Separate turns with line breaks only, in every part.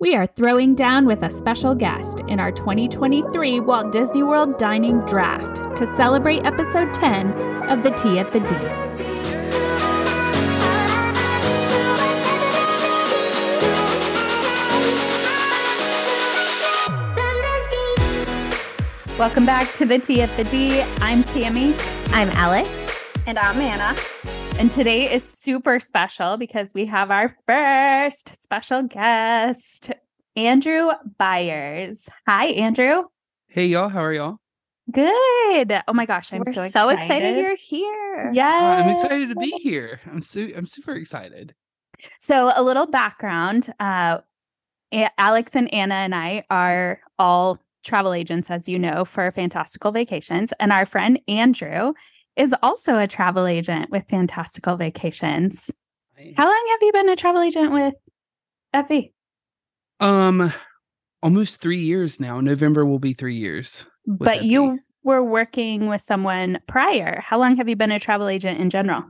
We are throwing down with a special guest in our 2023 Walt Disney World Dining Draft to celebrate episode 10 of The Tea at the D. Welcome back to The Tea at the D. I'm Tammy.
I'm Alex.
And I'm Anna.
And today is super special because we have our first special guest, Andrew Byers. Hi, Andrew.
Hey, y'all. How are y'all?
Good. Oh my gosh, I'm
We're
so excited.
so excited you're here.
Yes.
Uh, Oh, I'm excited to be here. I'm su- I'm super excited.
So, a little background uh, A- Alex and Anna and I are all travel agents, as you know, for Fantastical Vacations. And our friend Andrew is also a travel agent with Fantastical Vacations. How long have you been a travel agent with Effie?
Um, almost three years now. November will be three years. with
But you
Effie.
were working with someone prior. How long have you been a travel agent in general?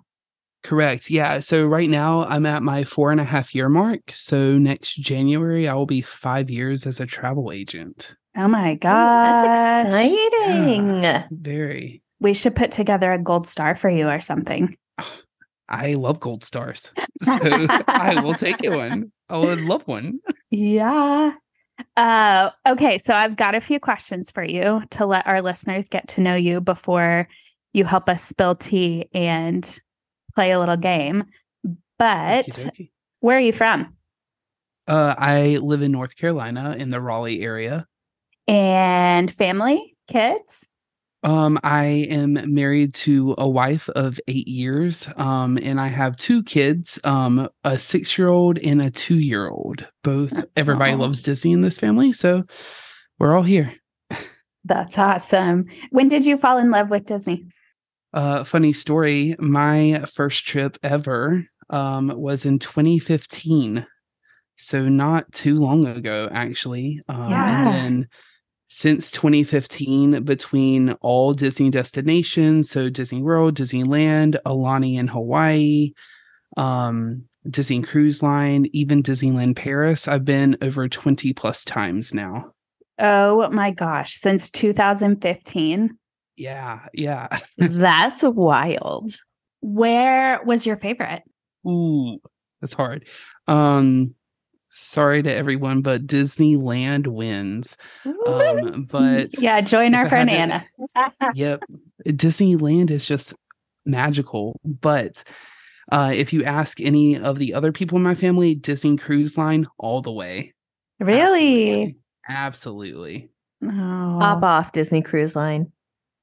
Correct. Yeah. So right now I'm at my four and a half year mark. So next January I will be five years as a travel agent.
Oh my
Ooh,
god.
That's exciting.
Very.
We should put together a gold star for you or something.
I love gold stars. So I will take it one. I would love one.
Yeah. Uh okay, so I've got a few questions for you to let our listeners get to know you before you help us spill tea and play a little game. But
Okey-dokey.
where are you from?
Uh, I live in North Carolina in the Raleigh area.
And family, kids?
Um, I am married to a wife of eight years, um, and I have two kids, um, a six-year-old and a two-year-old. Both everybody
Aw.
loves Disney in this family, so we're all here.
That's awesome. When did you fall in love with Disney?
Uh, funny story. My first trip ever um, was in 2015, so not too long ago, actually. Um,
Yeah.
And then since 2015, between all Disney destinations, so Disney World, Disneyland, Alani in Hawaii, um, Disney Cruise Line, even Disneyland Paris, I've been over 20 plus times now.
Oh my gosh, since 2015.
Yeah, yeah.
That's wild.
Where was your favorite?
Ooh, that's hard. Um, sorry to everyone, but Disneyland wins. Um, but
yeah, join
if
our
I
friend
had to-
Anna.
yep, Disneyland is just magical. But uh, if you ask any of the other people in my family, Disney Cruise Line all the way.
Really?
Absolutely. Absolutely.
Oh.
Pop off Disney Cruise Line.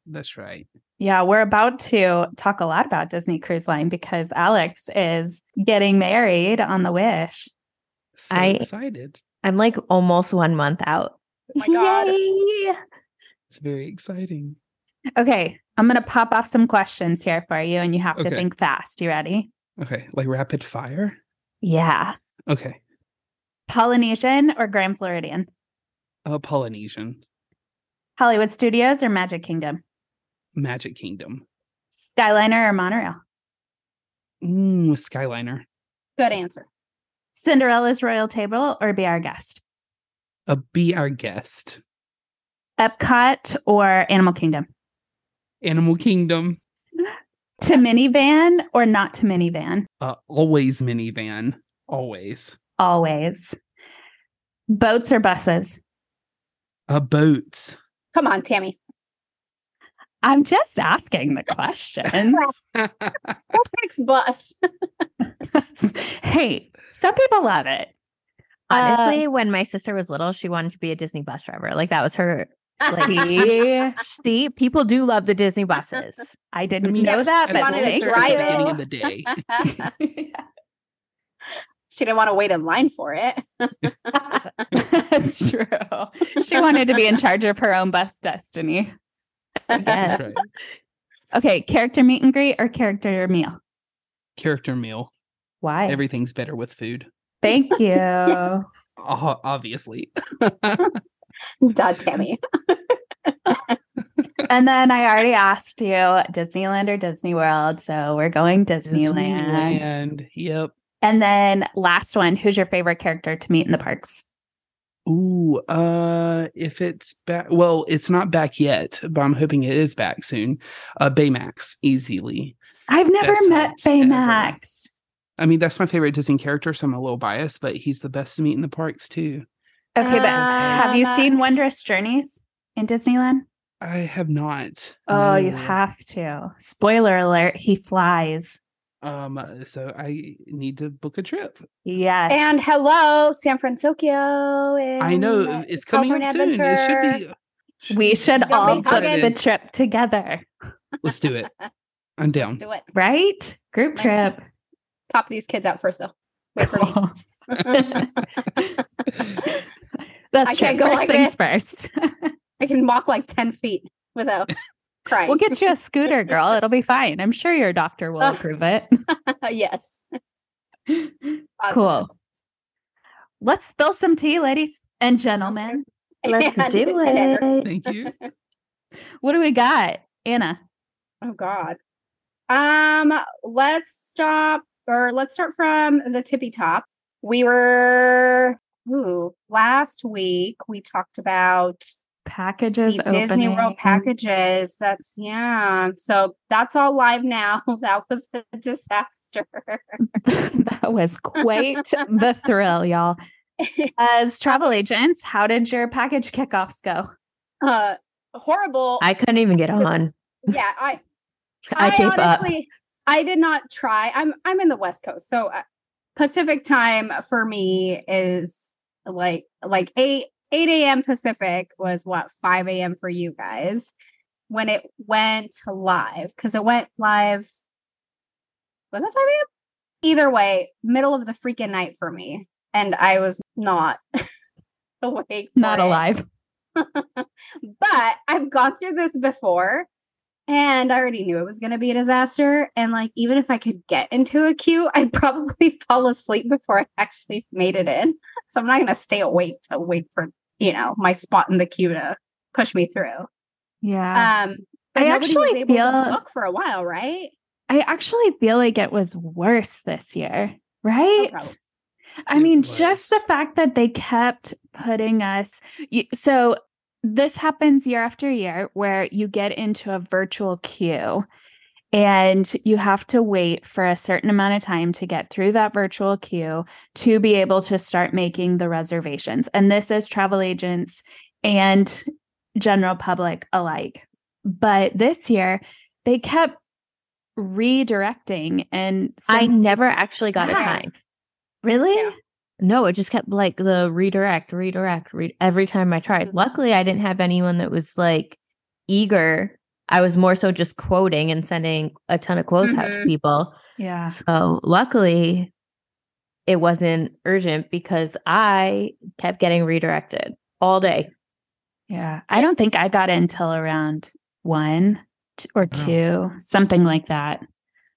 That's right.
Yeah, we're about to talk a lot about Disney Cruise Line because Alex is getting married on the Wish.
So
I-
excited.
I'm like almost one month out.
my God.
Yay!
It's very exciting.
Okay, I'm going to pop off some questions here for you and you have to
Okay.
think fast. You ready?
Okay, like rapid fire.
Yeah.
Okay,
Polynesian or Grand Floridian?
uh, Polynesian
Hollywood Studios or Magic Kingdom?
Magic Kingdom.
Skyliner or monorail?
Mm, Skyliner.
Good answer. Cinderella's Royal Table or Be Our Guest?
Uh, be our guest.
Epcot or Animal Kingdom?
Animal Kingdom,
To minivan or not to minivan?
uh, always minivan, always
Always. Boats or buses?
uh, boats.
Come on, Tammy.
I'm just asking the questions.
Who picks bus?
hey, some people love it.
Honestly, when my sister was little, she wanted to be a Disney bus driver. Like that was her. Like she, see, people do love the Disney buses.
I didn't
mean,
know
yes,
that,
she
but
wanted to
thank
drive
at the
it.
beginning
you.
of the day.
she didn't want to wait in line for it.
That's true. She wanted to be in charge of her own bus destiny.
Yes.
That's right.
Okay, character meet and greet or character meal?
Character meal.
Why?
Everything's better with food.
thank you.
O- obviously.
Duh, Tammy.
and then I already asked you Disneyland or Disney World, so we're going Disneyland.
Disneyland. Yep.
And then last one, who's your favorite character to meet in the parks?
Ooh, uh, if it's back, well, it's not back yet, but I'm hoping it is back soon. Uh, Baymax, easily.
I've never
Best
met
house ever.
Baymax.
I mean, that's my favorite Disney character, so I'm a little biased, but he's the best to meet in the parks too.
Okay, but have you
Uh,
seen Wondrous Journeys in Disneyland?
I have not.
Oh, you
no.
have to. Spoiler alert, he flies.
Um, so I need to book a trip.
Yes.
And hello, San Francisco.
I know um,
and uh,
it's coming up soon. It
California Adventure.
should be.
we should
He's gonna
all
be
book
hugging.
the trip together,
Let's do it. I'm
Let's
down.
do it.
right? Group
Might-
trip.
Pop these kids out first, though. Wait for me.
That's
I
true.
can't go
first
like
things first.
I can walk like 10 feet without crying.
we'll get you a scooter, girl. It'll be fine. I'm sure your doctor will
Ugh.
approve it.
yes.
cool. Let's spill some tea, ladies and gentlemen.
Let's
And-
do
and-
it.
Thank you.
What do we got? Anna.
Oh God. Um, let's stop or let's start from the tippy top. We were ooh, last week we talked about
Packages.
the Disney World
opening. Mm.
packages. That's yeah. So that's all live now. That was a disaster.
that was quite the thrill, y'all. As travel agents, how did your package kickoffs go?
Uh horrible.
I couldn't even get
Just-
on.
yeah, I
I, gave up.
I did not try. I'm I'm in the West Coast, so uh, Pacific time for me is like like eight eight a.m. Pacific was what five a.m. for you guys when it went live because it went live. Was it five a.m.? Either way, middle of the freaking night for me, and I was not awake. for
Not
it
alive.
but I've gone through this before and I already knew it was going to be a disaster. And like, even if I could get into a queue, I'd probably fall asleep before I actually made it in. So I'm not going to stay awake to wait for, you know, my spot in the queue to push me through.
Yeah.
Um,
I
but nobody was
actually
able to
feel-
book for a while, right?
I actually feel like it was worse this year, right?
probably.
I
It
mean,
was.
just the fact that they kept putting us. You, so this happens year after year where you get into a virtual queue and you have to wait for a certain amount of time to get through that virtual queue to be able to start making the reservations. And this is travel agents and general public alike. But this year, they kept redirecting and
I
some-
never actually got a
Yeah.
time.
really
Yeah.
No, it just kept like the redirect, redirect, re- every time I tried.
Mhm.
Luckily, I didn't have anyone that was like eager. I was more so just quoting and sending a ton of quotes out to
Mhm.
people.
yeah
So luckily, it wasn't urgent because I kept getting redirected all day.
Yeah. I don't think I got in till around one t- or two, something like that.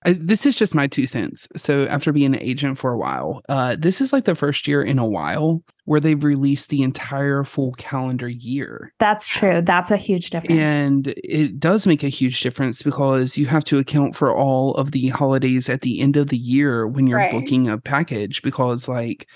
I, this is just my two cents. So after being an agent for a while, uh, this is like the first year in a while where they've released the entire full calendar year.
That's true. That's a huge difference.
And it does make a huge difference because you have to account for all of the holidays at the end of the year when you're
Right.
booking a package because, like,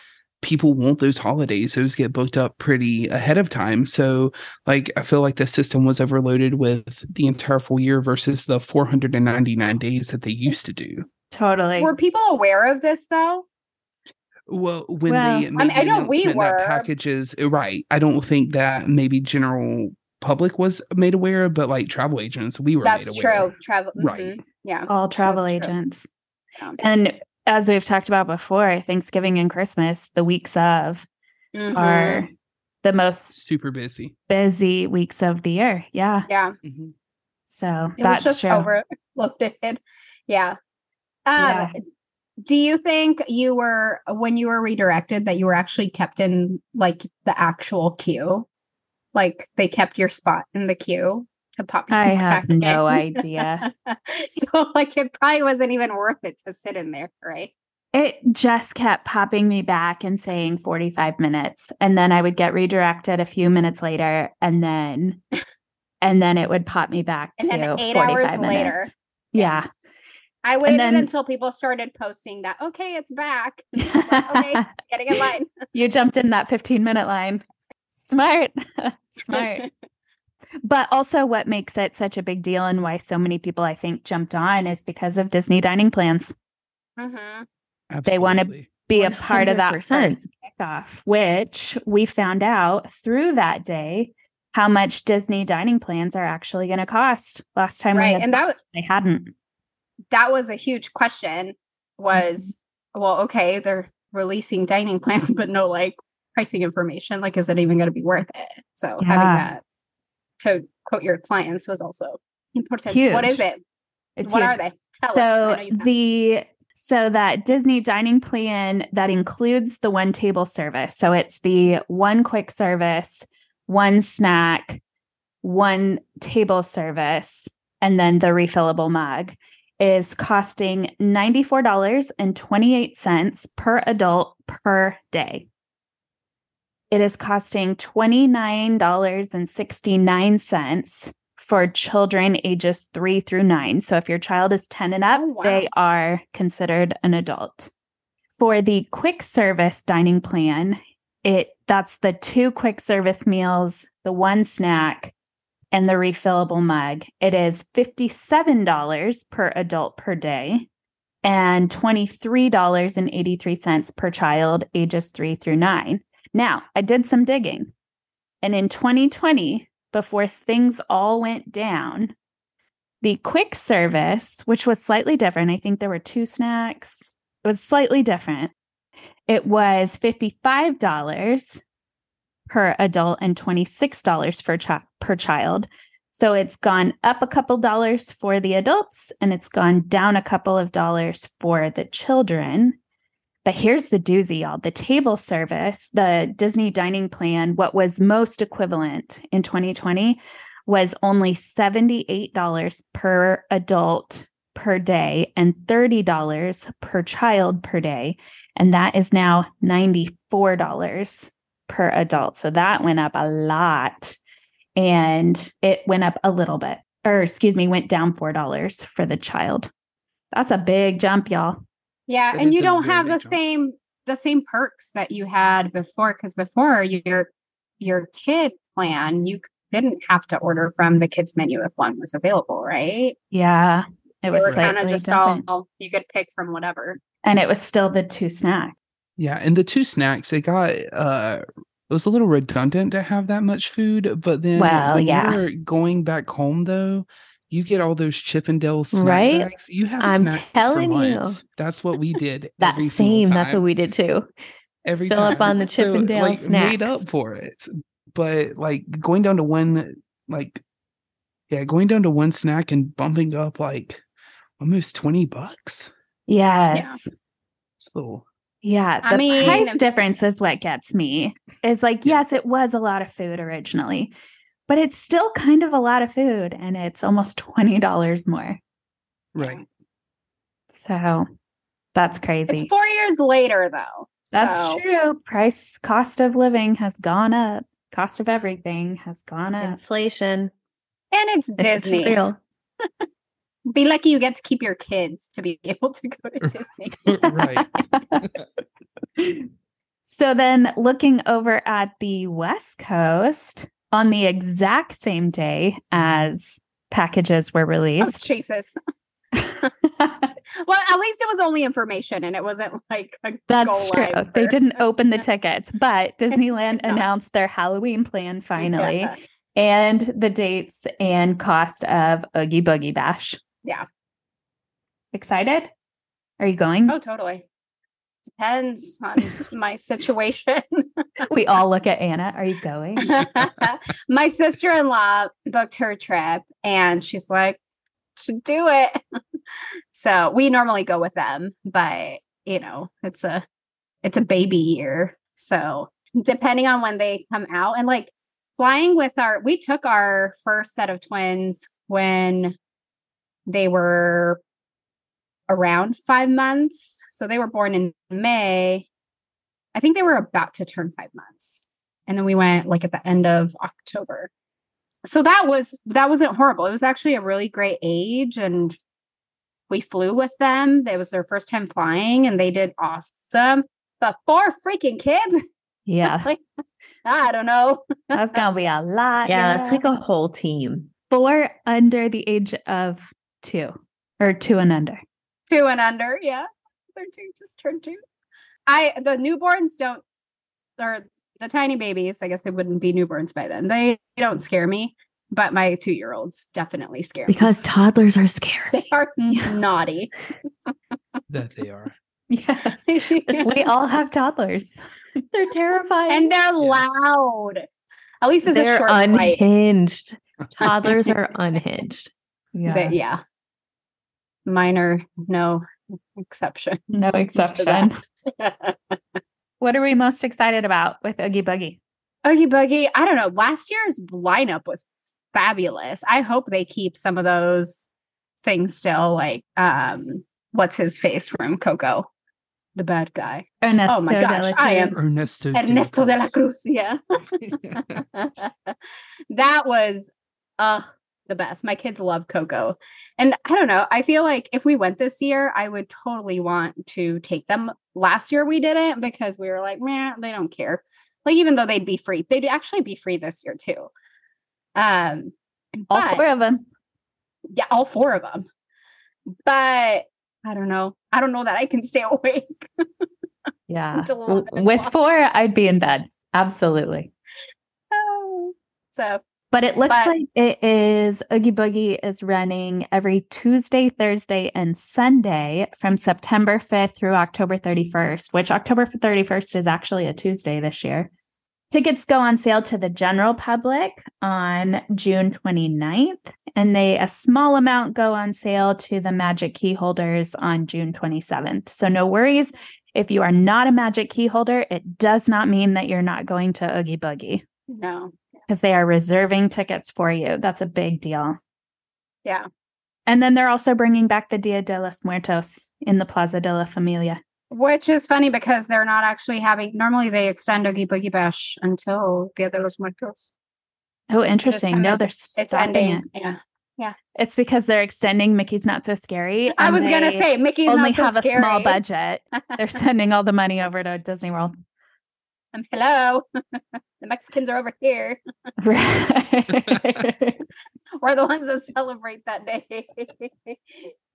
people want those holidays. Those get booked up pretty ahead of time. So, like, I feel like the system was overloaded with the entire full year versus the 499 days that they used to do.
totally.
Were people aware of this though?
Well, when
Well,
they
I
made
mean,
the
I know we
announcement that
were.
packages, uh, right? I don't think that maybe general public was made aware, but like travel agents, we were.
That's
made aware.
true. Travel.
Right.
mhm, Yeah.
All travel
That's true.
agents.
Um,
Oh, And as we've talked about before, Thanksgiving and Christmas, the weeks of Mm-hmm.
mhm,
are the most
super busy.
busy weeks of the year. Yeah.
yeah.
So
It
that's
was just
true.
overloaded. Yeah. Um,
Yeah.
Do you think you were when you were redirected that you were actually kept in like the actual queue? Like they kept your spot in the queue to pop. you
I have
back in?
no idea.
so like it probably wasn't even worth it to sit in there, right?
It just kept popping me back and saying 45 minutes. And then I would get redirected a few minutes later. And then, and then it would pop me back
And
to
then eight
45
hours
minutes.
later.
Yeah.
I waited
then-
until people started posting that. Okay, it's back. Like, okay, getting in line.
you jumped in that 15 minute line. Smart. Smart. but also, what makes it such a big deal and why so many people, I think, jumped on is because of Disney dining plans.
mm-hmm.
They wanna-
Absolutely.
be a part of that
100%.
first kickoff, which we found out through that day how much Disney dining plans are actually going to cost. Last time we
Right,
had
and that was-
they hadn't.
that was a huge question
Mm-hmm.
was well okay they're releasing dining plans but no like pricing information like is it even going to be worth it so having
Yeah.
that to quote your clients was also important what
Huge.
is it
It's
what
huge.
are they tell us I know
so
you know.
the so that Disney dining plan that includes the one table service. So it's the one quick service, one snack, one table service, and then the refillable mug is costing $94.28 per adult per day. It is costing $29.69 for children ages three through nine. So if your child is 10 and up,
Oh, wow.
they are considered an adult. For the quick service dining plan, it that's the two quick service meals, the one snack, and the refillable mug. It is $57 per adult per day and $23.83 per child ages 3 through 9. Now, I did some digging. And in 2020, before things all went down, the quick service, which was slightly different, I think there were two snacks. It was slightly different. It was $55 per adult and $26 for chi- per child. So it's gone up a couple dollars for the adults and it's gone down a couple of dollars for the children. But here's the doozy, y'all. The table service, the Disney dining plan, what was most equivalent in 2020 was only $78 per adult per day and $30 per child per day. And that is now $94 per adult. So that went up a lot. And it went up a little bit, or excuse me, went down $4 for the child. That's a big jump, y'all.
yeah
That
and
is
you
a
don't
very
have the
big jump.
same the same perks that you had before because before your your kid plan you didn't have to order from the kids menu if one was available right
Yeah. It
They
was
were kind of
slightly
just
different.
all you could pick from whatever
and it was still the two snack.
Yeah, and the two snacks it got uh it was a little redundant to have that much food, but then
Well,
when
yeah.
you're going back home though, you get all those Chippendale snack
Right?
bags. You have
I'm
snacks
telling
for
you.
lunch. That's what we did.
That
every single
same. That's what
time.
we did too.
every
Fill up
time.
on the Chippendale
like, Made up
snacks.
for it, but like going down to one, like yeah, going down to one snack and bumping up like almost twenty bucks.
Yes.
So
Yeah.
I
the
mean-
price difference is what gets me. Is like,
Yeah.
yes, it was a lot of food originally, but it's still kind of a lot of food and it's almost $20 more.
right,
So that's crazy.
It's four years later, though.
that's
so-
true. Price, cost of living has gone up. Cost of everything has gone up.
Inflation.
And it's
It's
Disney.
real.
Be lucky you get to keep your kids to be able to go to Disney.
right.
So then looking over at the West Coast on the exact same day as packages were
Oh,
released.
Jesus. Well, at least it was only information and it wasn't like a
That's
goal
true.
line
They
for-
didn't Oh, open the tickets, but Disneyland
did not.
announced their Halloween plan finally
Yeah.
and the dates and cost of Oogie Boogie Bash.
Yeah.
Excited? Are you going?
Oh, totally. Depends on my situation.
We all look at Anna. Are you going?
my sister in law booked her trip and she's like, should do it. so we normally go with them, but you know, it's a it's a baby year. So depending on when they come out and like flying with our we took our first set of twins when they were around five months. So they were born in May. I think they were about to turn five months. And then we went like at the end of October. So that was that wasn't horrible. It was actually a really great age and we flew with them. It was their first time flying and they did awesome. But four freaking kids.
Yeah.
Like, I don't know.
That's gonna be a lot.
Yeah, that's like a whole team.
four under the age of two or two and under.
Two and under, yeah. They're two, just turned two. I the newborns don't or the tiny babies, I guess they wouldn't be newborns by then. They don't scare me, but my two year olds definitely scare me.
Because toddlers are scary.
They are naughty.
that they are.
Yes. we all have toddlers.
They're terrifying.
and they're loud. At least it's a
They're
short flight.
unhinged. Toddlers are unhinged.
But yeah. Minor, no exception.
No exception. What are we most excited about with Oogie Boogie?
Oogie Boogie, I don't know. Last year's lineup was fabulous. I hope they keep some of those things still, like um, what's his face from Coco, the bad guy.
Ernesto
Oh my gosh,
de la
I am
Cruz.
Ernesto
Ernesto de la Cruz, yeah.
Cruz.
that was uh the best. My kids love Coco. And I don't know, I feel like if we went this year, I would totally want to take them. Last year we didn't because we were like, man, they don't care. Like even though they'd be free, they'd actually be free this year too. Um
all
but-
four of them.
yeah, all four of them. But I don't know. I don't know that I can stay awake.
Yeah.
It's a lot.
W- With four, I'd be in bed. Absolutely.
so
But it looks
But-
like it is Oogie Boogie is running every Tuesday, Thursday, and Sunday from September 5th through October 31st, which October 31st is actually a Tuesday this year. Tickets go on sale to the general public on June 29th, and they a small amount go on sale to the magic key holders on June 27th. So no worries. If you are not a magic key holder, it does not mean that you're not going to Oogie Boogie
no.
because they are reserving tickets for you. That's a big deal.
Yeah.
And then they're also bringing back the Dia de los Muertos in the Plaza de la Familia.
Which is funny because they're not actually having normally they extend Oogie Boogie Bash until Dia de los Muertos.
Oh, interesting.
time
No,
it's-
they're
It's
stopping
ending.
it.
Yeah.
It's because they're extending Mickey's Not So Scary.
I
and
was gonna
they
say Mickey's
only
not so
have
scary.
a small budget. They're sending all the money over to Disney World.
Um, hello. the Mexicans are over here.
Right.
We're the ones that celebrate that day.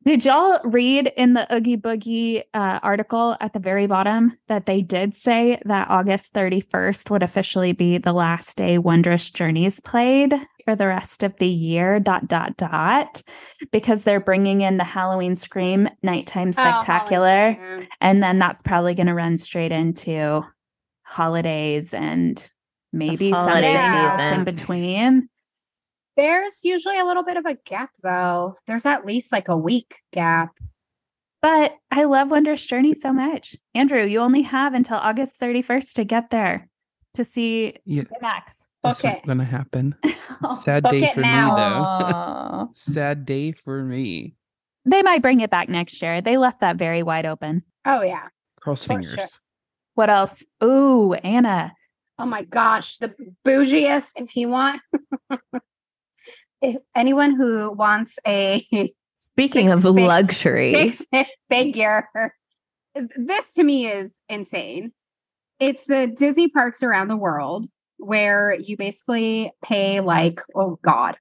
Oh,
Did y'all read in the Oogie Boogie uh, article at the very bottom that they did say that August 31st would officially be the last day Wondrous Journeys played for the rest of the year, dot, dot, dot, because they're bringing in the Halloween Scream Nighttime
Oh, Holland's
Spectacular.
Fair.
and then that's probably going to run straight into holidays and maybe
holiday
something else
season.
in between.
There's usually a little bit of a gap though. There's at least like a week gap.
But I love Wondrous Journey so much. Andrew, you only have until August 31st to get there to see
Yeah.
Max.
That's
Okay.
not gonna happen. Sad
book
day
it
for me though.
Aw.
Sad day for me.
they might bring it back next year. They left that very wide open.
Oh yeah.
Cross
For sure.
fingers.
What else? Ooh, Anna.
Oh my gosh, the bougiest if you want. if anyone who wants a
Speaking
Six
of
fig-
luxury,
six figure. This to me is insane. It's the Disney parks around the world where you basically pay like, oh God.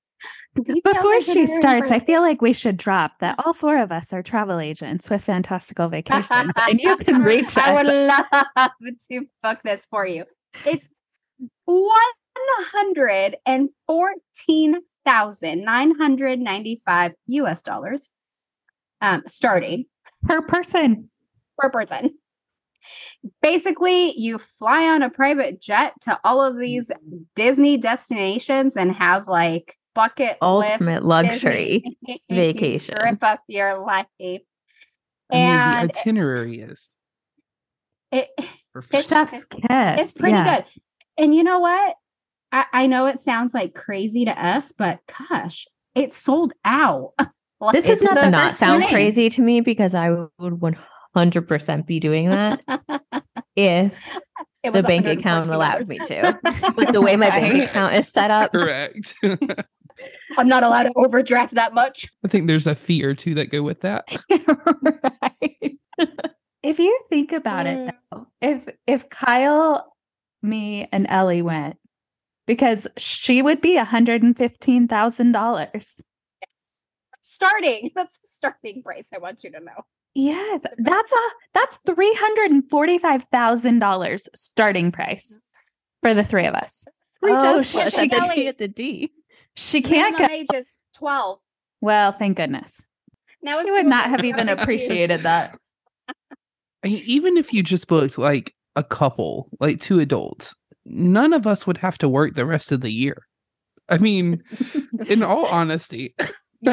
Detail
Before she
engineering
starts, I
first.
feel like we should drop that all four of us are travel agents with fantastical vacations. and you can reach
I
us.
would love to book this for you. It's one hundred and fourteen thousand nine hundred ninety-five U.S. dollars, um, starting
per person.
per person. Basically, you fly on a private jet to all of these
Mm-hmm.
Disney destinations and have like bucket list
ultimate luxury.
Disney
vacation.
trip up your life. It,
I mean,
And-
the itinerary is perfect.
Chef's kiss.
it's pretty
yes.
good. And you know what? I, I know it sounds like crazy to us, but gosh, it sold out. Like,
This is
It
not
does
the
not
first
sound
time.
crazy to me because I would one hundred percent be doing that if
It
the
was
bank account
$114.
allowed me to. But the way my bank
Right.
account is set
uh,
up,
Correct. I
I'm not allowed to overdraft that much.
think there's a fee or two that go with that.
Uh. right. if you think about it though, if if Kyle me and Ellie went because she would be $115,000.
Starting. That's the starting price. I want you to know.
Yes, that's a that's three hundred and forty five thousand dollars starting price for the three of us.
We
Oh,
don't
shit.
she got
Ellie.
at the D.
She can't
Minimum
go.
age is twelve.
Well, thank goodness.
Now
she
it's
would
still
not
a
have even
barbecue.
appreciated that.
I mean, even if you just booked like a couple, like two adults, none of us would have to work the rest of the year. I mean, in all honesty,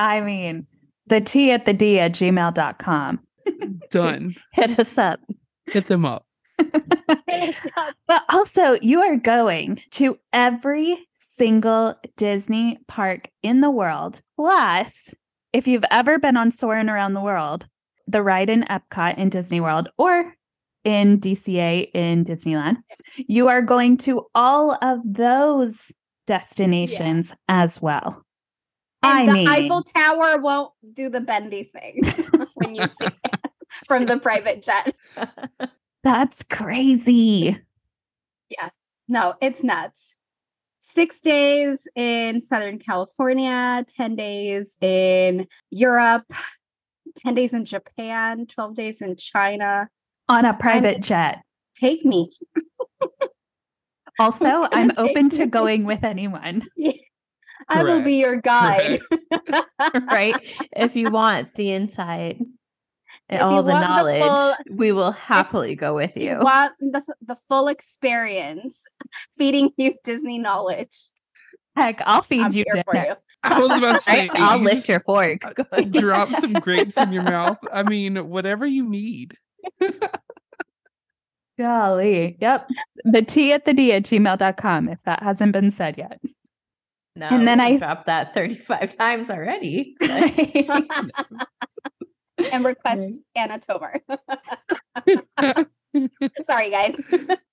I mean, the T at the D at gmail.com.
done.
Hit us up.
Hit them up.
It's not-
But also, you are going to every single Disney park in the world. Plus, if you've ever been on Soarin' Around the World, the ride in Epcot in Disney World or in DCA in Disneyland, you are going to all of those destinations as well.
And
I
the
mean,
Eiffel Tower won't do the bendy thing when you see it from the private jet.
that's crazy.
No, it's nuts. Six days in Southern California, 10 days in Europe, 10 days in Japan, 12 days in China.
On a private jet.
Take me.
Also,
gonna
I'm
take
open to
you.
going with anyone.
I will be your guide.
right? if you want the insight and
If you
all the
want the
knowledge,
full-
we will happily go with
You
you.
want the, the full experience, feeding you Disney knowledge.
Heck, I'll feed
I'm
you
here for
dinner.
you.
I was about to say,
Right? I'll
you
lift your fork. Go
just
ahead.
Drop some grapes in your mouth. I mean, whatever you need.
Golly. Yep. The T at the D at gmail.com, if that hasn't been said yet.
No,
And then
we
I-
dropped that 35 times already.
and request Anna Tovar. Sorry, guys.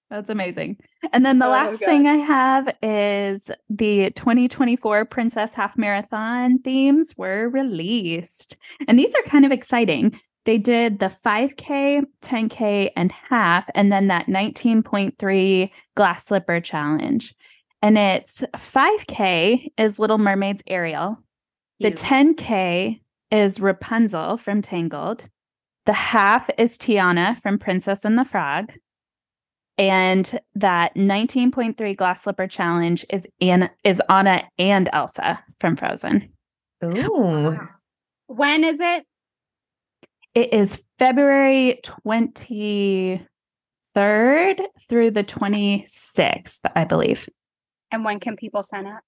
That's amazing. And then the
Oh,
last
God.
thing I have is the 2024 Princess Half Marathon themes were released. And these are kind of exciting. They did the 5K, 10K, and half, and then that 19.3 glass slipper challenge. And it's 5K is Little Mermaid's Ariel, The
Cute.
10K is Rapunzel from Tangled. The half is Tiana from Princess and the Frog. And that 19.3 glass slipper challenge is Anna is Anna and Elsa from Frozen.
Ooh.
When is it?
It is February 23rd through the 26th, I believe.
And when can people sign up?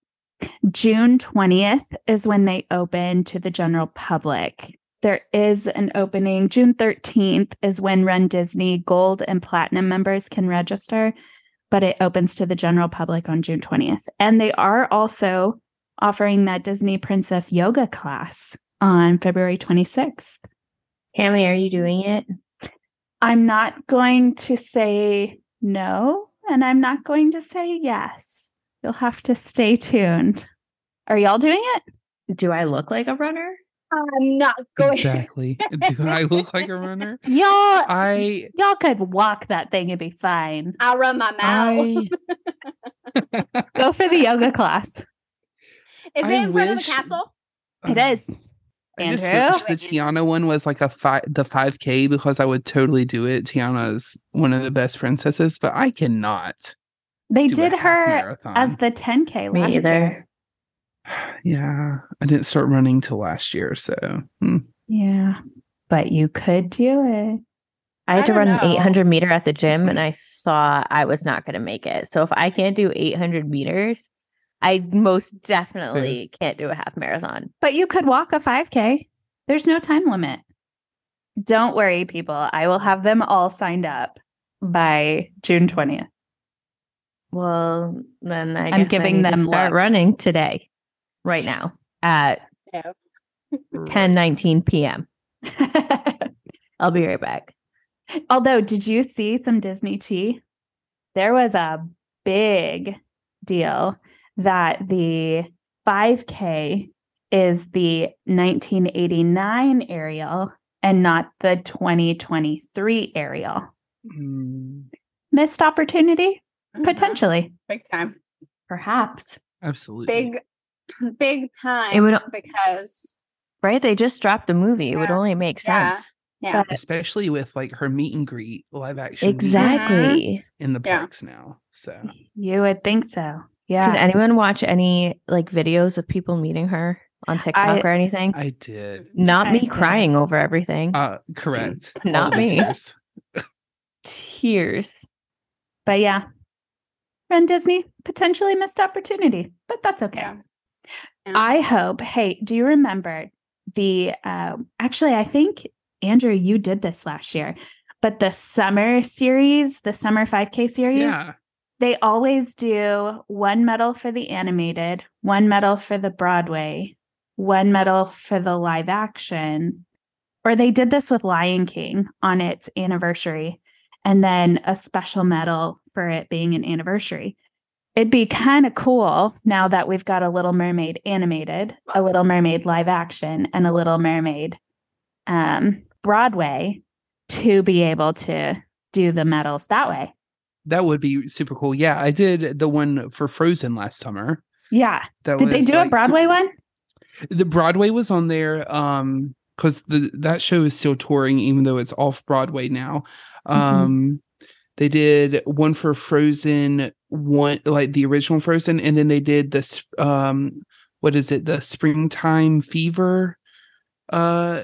June 20th is when they open to the general public. There is an opening. June 13th is when Run Disney Gold and Platinum members can register, but it opens to the general public on June 20th. And they are also offering that Disney Princess Yoga class on February 26th.
Tammy, are you doing it?
I'm not going to say no, and I'm not going to say yes. You'll have to stay tuned. Are y'all doing it?
Do I look like a runner?
I'm not going.
exactly. Do I look like a runner?
Y'all,
I
y'all could walk that thing and be fine.
I'll run my mouth.
I
Go for the yoga class.
is it
I
in front of the
wish-
castle?
It is.
I just
Andrew?
wish the Tiana one was like a five, the five k because I would totally do it. Tiana's one of the best princesses, but I cannot.
They
do a
did
half
her
marathon.
as the 10K last year.
yeah. I didn't start running till last year, so hmm.
Yeah. But you could do it.
I had
I
to
don't
run an
know.
800 meter at the gym and I saw I was not going to make it. So if I can't do 800 meters, I most definitely can't do a half marathon.
But you could walk a 5K. There's no time limit. Don't worry, people. I will have them all signed up by June 20th.
Well, then I
I'm
guess I
giving
need to
them
start
looks.
running today, right now at
No.
10 19 p.m. I'll be right back.
Although, did you see some Disney tea? There was a big deal that the 5K is the 1989 Ariel and not the 2023 Ariel.
Mm.
missed opportunity
Mhm.
potentially.
Big time.
Perhaps.
Absolutely.
Big, big time.
It would-
because
Right? They just dropped a movie. It would
Yeah.
only make
Yeah.
sense.
yeah,
Especially with like her meet and greet live
Mm-hmm.
action meet and
Exactly.
greet in the
Yeah.
parks now. So
You would think so. Yeah.
Did anyone watch any like videos of people meeting her on TikTok or anything?
I did.
Not
I
me
didn't.
crying over everything.
Uh correct. All
Not
the
me.
tears.
Tears.
But yeah. And Disney potentially missed opportunity, but that's okay.
Yeah. Yeah.
I hope. Hey, do you remember the um actually I think Andrew you did this last year, but the summer series, the summer 5K series,
Yeah.
they always do one medal for the animated, one medal for the Broadway, one medal for the live action. Or they did this with Lion King on its anniversary, and then a special medal for it being an anniversary. It'd be kind of cool now that we've got a Little Mermaid animated, a Little Mermaid live action, and a Little Mermaid um, Broadway to be able to do the medals that way.
That would be super cool. Yeah, I did the one for Frozen last summer.
Yeah.
That
Did they
was,
do
like,
a Broadway one?
the Broadway was on there um cuz the that show is still touring even though it's off Broadway now.
Mhm.
Um they did one for Frozen one like the original Frozen and then they did this um what is it the Springtime Fever uh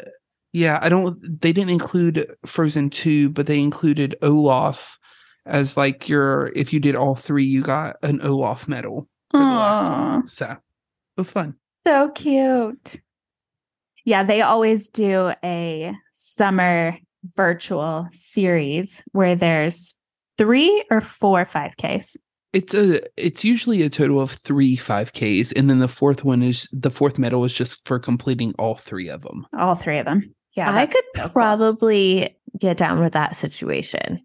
yeah, I don't they didn't include Frozen 2 but they included Olaf as like your if you did all three you got an Olaf medal for the last one.
Aw,
So it was fun.
so cute. Yeah, they always do a summer virtual series where there's three or four 5Ks.
It's a it's usually a total of three 5Ks, and then the fourth one is the fourth medal is just for completing all three of them.
All three of them. Yeah,
I
that's
could
so cool.
probably get down with that situation.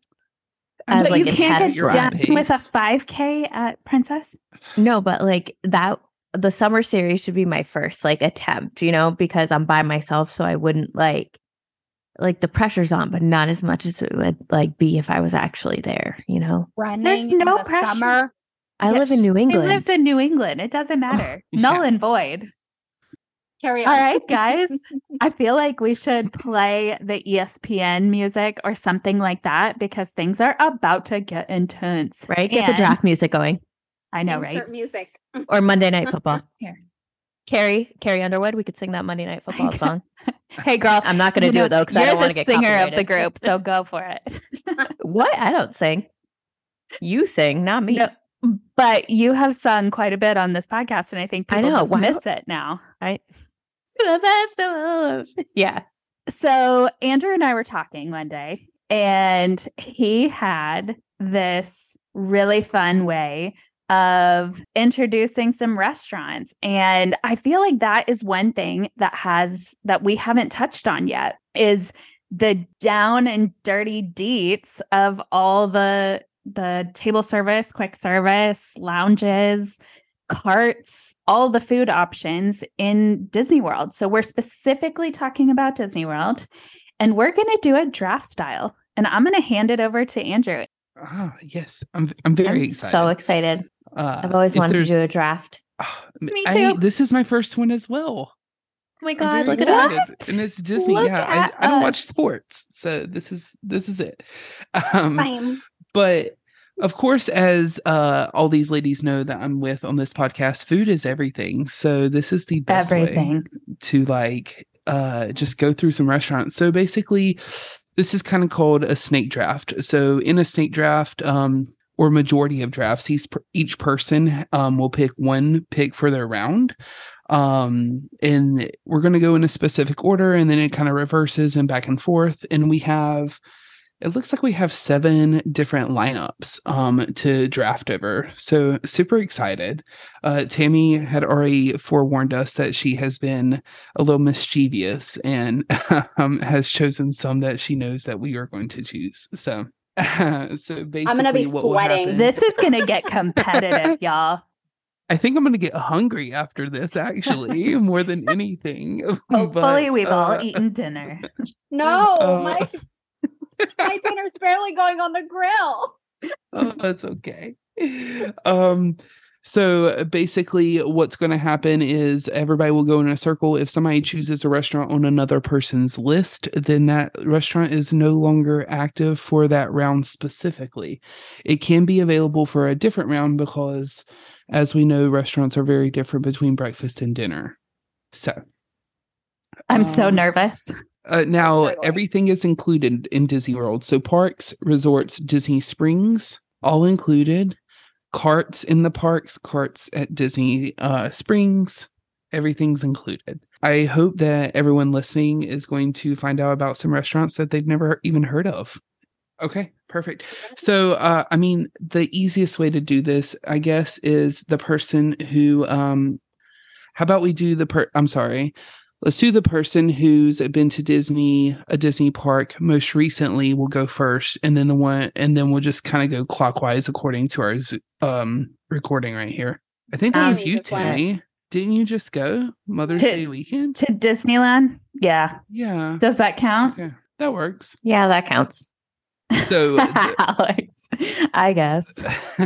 As
But
like
you
a
can't
test
get
run.
done with a
Pace.
5K at Princess.
No, but like that the summer series should be my first like attempt, you know, because I'm by myself so I wouldn't like like the pressure's on, but not as much as it would like be if I was actually there, you know.
running.
There's
in
no
the
pressure.
Summer.
I
Yeah,
live in New
He
England.
lives in New England. It doesn't matter.
Yeah.
Null and void.
Carry on.
All right, guys. I feel like we should play the E ESPN music or something like that because things are about to get intense.
right? Get the
And- Mm-hmm.
draft music going.
I know, right?
Insert music.
Or Monday Night Football.
Here.
Carrie, Carrie Underwood, we could sing that Monday Night Football
God.
song.
Hey, girl.
I'm not going to
you
do
know,
it though because I
you're
don't want to
the
get
singer of the
copyrighted.
group, so go for it.
What? I don't sing. You sing, not me.
No, but you have sung quite a bit on this podcast, and I think
I
people
know,
just
why
miss it now.
I the festival. Of... Yeah.
So Andrew and I were talking one day, and he had this really fun way of introducing some restaurants. And I feel like that is one thing that has that we haven't touched on yet is the down and dirty deets of all the the table service, quick service, lounges, carts, all the food options in Disney World. So we're specifically talking about Disney World and we're going to do it draft style. And I'm going to hand it over to Andrew.
Ah, yes, I'm I'm very
I'm
excited.
so excited.
Uh,
I've always
if
wanted to
there's-
do a draft.
Ah,
Me
I-
too.
this is my first one as well.
Oh my
I'm
god,
very
look at
excited.
us.
and it's Disney.
Look
yeah,
at
I, I don't watch
us.
sports, so this is this is it. Um,
Fine.
but of course as uh all these ladies know that i'm with on this podcast food is everything so this is the best way
Everything.
to like uh just go through some restaurants so basically this is kind of called a snake draft so in a snake draft um or majority of drafts each, per- each person um, will pick one pick for their round um and we're going to go in a specific order and then it kind of reverses and back and forth and we have it looks like we have seven different lineups um, to draft over. So super excited. Uh, Tammy had already forewarned us that she has been a little mischievous and um, has chosen some that she knows that we are going to choose. So, so basically,
gonna be
what will
sweating.
happen-
This is going to get competitive, y'all.
I think I'm going to get hungry after this, actually, more than anything.
Hopefully,
But,
we've
uh,
all eaten dinner.
No,
Uh,
my my dinner's barely going on the grill.
oh, that's okay. Um, so basically, what's going to happen is everybody will go in a circle. If somebody chooses a restaurant on another person's list, then that restaurant is no longer active for that round specifically. It can be available for a different round because, as we know, restaurants are very different between breakfast and dinner. So
I'm so
Um,
nervous.
uh, now
Totally.
everything is included in Disney World. So parks, resorts, Disney Springs, all included. Carts in the parks, carts at Disney uh, Springs, everything's included. I hope that everyone listening is going to find out about some restaurants that they've never even heard of. Okay, perfect. So, uh, I mean, the easiest way to do this, I guess, is the person who, um, how about we do the per, I'm sorry, Let's do the person who's been to Disney, a Disney park most recently will go first, and then the one, and then we'll just kind of go clockwise according to our z- um recording right here. I think that
Um,
was you,
Jesus, why-
Tammy. Didn't you just go Mother's
To-
Day weekend?
To Disneyland? Yeah.
yeah.
Does that count?
Okay, that works.
Yeah, that counts.
So the-
Alex, I guess.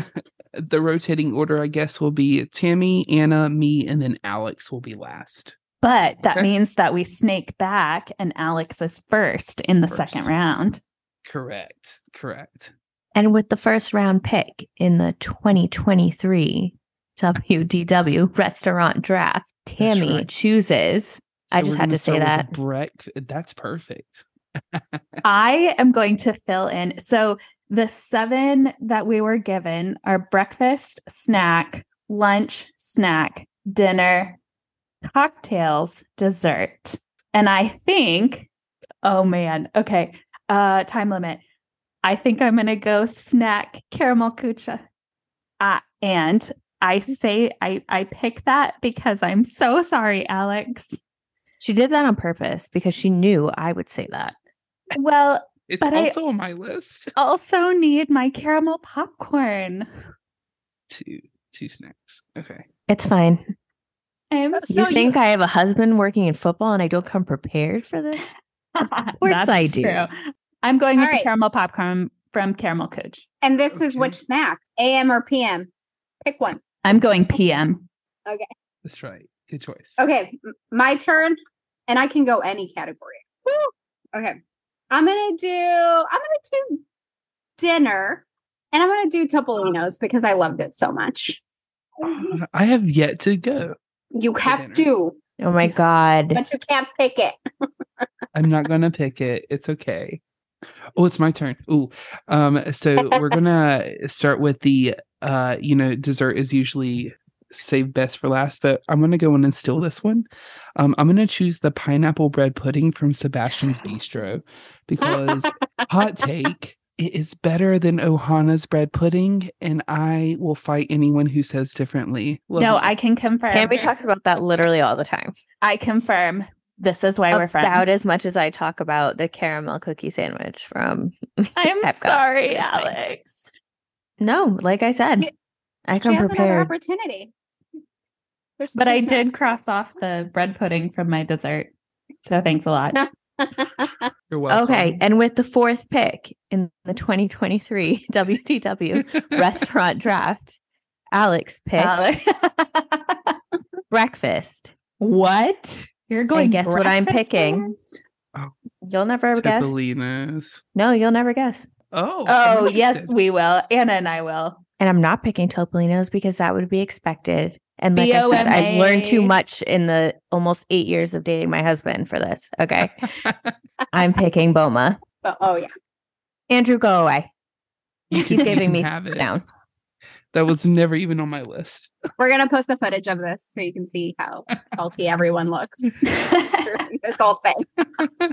the rotating order, I guess, will be Tammy, Anna, me, and then Alex will be last.
But that
Okay.
means that we snake back and Alex is first in the second
First.
round.
Correct. Correct.
And with the first round pick in the 2023 WDW restaurant draft, Tammy
right.
chooses. I just
we're
had
gonna
to say
start
that.
with Breakfast. That's perfect.
I am going to fill in. So the seven that we were given are breakfast, snack, lunch, snack, dinner, cocktails, dessert. And I think, oh man, okay, uh, time limit. I think I'm going to go snack caramel kucha. Uh, and I say I, I pick that because I'm so sorry, Alex.
She did that on purpose because she knew I would say that.
Well,
It's
But I-
also on my list.
also need my caramel popcorn.
Two two snacks. Okay.
It's fine.
I'm
So
You
you-
think I have a husband working in football and I don't come prepared for this?
of
course I do.
I'm going with
All
the
right.
caramel popcorn from Caramel Coach.
And this is
Okay.
which snack? AM or PM? Pick one.
I'm going PM.
That's right. Good choice.
Okay, m- my turn, and I can go any category. Woo! Okay, I'm gonna do. I'm gonna do dinner, and I'm gonna do Topolino's because I loved it so much.
Uh, I have yet to go.
You have
dinner.
to,
Oh my God.
but you can't pick it.
I'm not gonna pick it. It's okay. Oh, it's my turn. Ooh. Um, so we're gonna start with the uh, you know, dessert is usually saved best for last, but I'm gonna go in and steal this one. Um, I'm gonna choose the pineapple bread pudding from Sebastian's Bistro because hot take. It is better than Ohana's bread pudding, and I will fight anyone who says differently. Love
no,
you.
I can confirm.
Tammy talks about that literally all the time.
I confirm. This is why we're friends.
About as much as I talk about the caramel cookie sandwich from.
I'm
Epcot.
sorry,
It's fine.
Alex.
No, like I said,
You-
I
she
come
has another
prepared.
opportunity. There's
But
two
I did
snacks.
cross off the bread pudding from my dessert. So thanks a lot.
You're welcome.
Okay. And with the fourth pick in the 2023 WDW restaurant draft, Alex picks
Alex.
breakfast.
what? You're going
guess what I'm
breakfast
picking?
first?
You'll never guess.
Topolino's.
No, you'll never guess.
Oh. I'm
Oh, yes,
interested.
we will. Anna and I will.
And I'm not picking Topolino's because that would be expected. And like I said, I've learned too
BOMA.
much in the almost eight years of dating my husband for this. Okay. I'm picking Boma.
But, oh yeah,
Andrew, go away.
You
He's
can- you
giving
can
me
have it.
down.
That was never even on my list.
we're gonna post the footage of this so you can see how salty everyone looks. during this whole thing.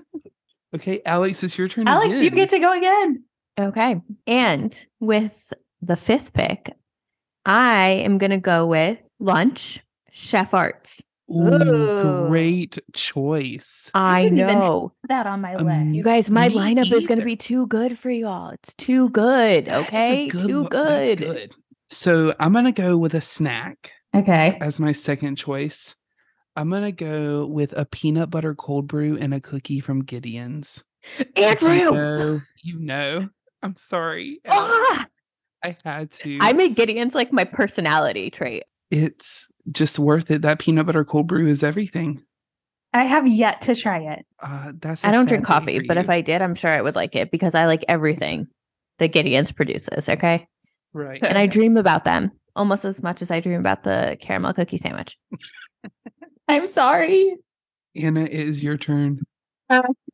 Okay, Alex, it's your turn.
Alex, you get to go again.
Okay. And with the fifth pick, I am going to go with lunch, Chef Arts.
Ooh,
Ooh.
great choice.
I
didn't even-
know.
That on my
Um,
list.
You guys, my
Me
lineup is going
either.
to be too good for y'all. It's too good.
That is a
Okay.
good
too
one. That's
good.
good. So I'm gonna go with a snack
Okay.
as my second choice. I'm gonna go with a peanut butter cold brew and a cookie from Gideon's. If you
Andrew.
know, you know. I'm sorry. Alex.
Ah!
I had to.
I made Gideon's like my personality trait.
it's just worth it. That peanut butter cold brew is everything.
I have yet to try it.
Uh, that's. I
I don't drink coffee, but if I did, I'm sure I would like it because I like everything that Gideon's produces. Okay.
right,
So-
And I dream about them almost as much as I dream about the caramel cookie sandwich.
I'm sorry.
Anna, it is your turn.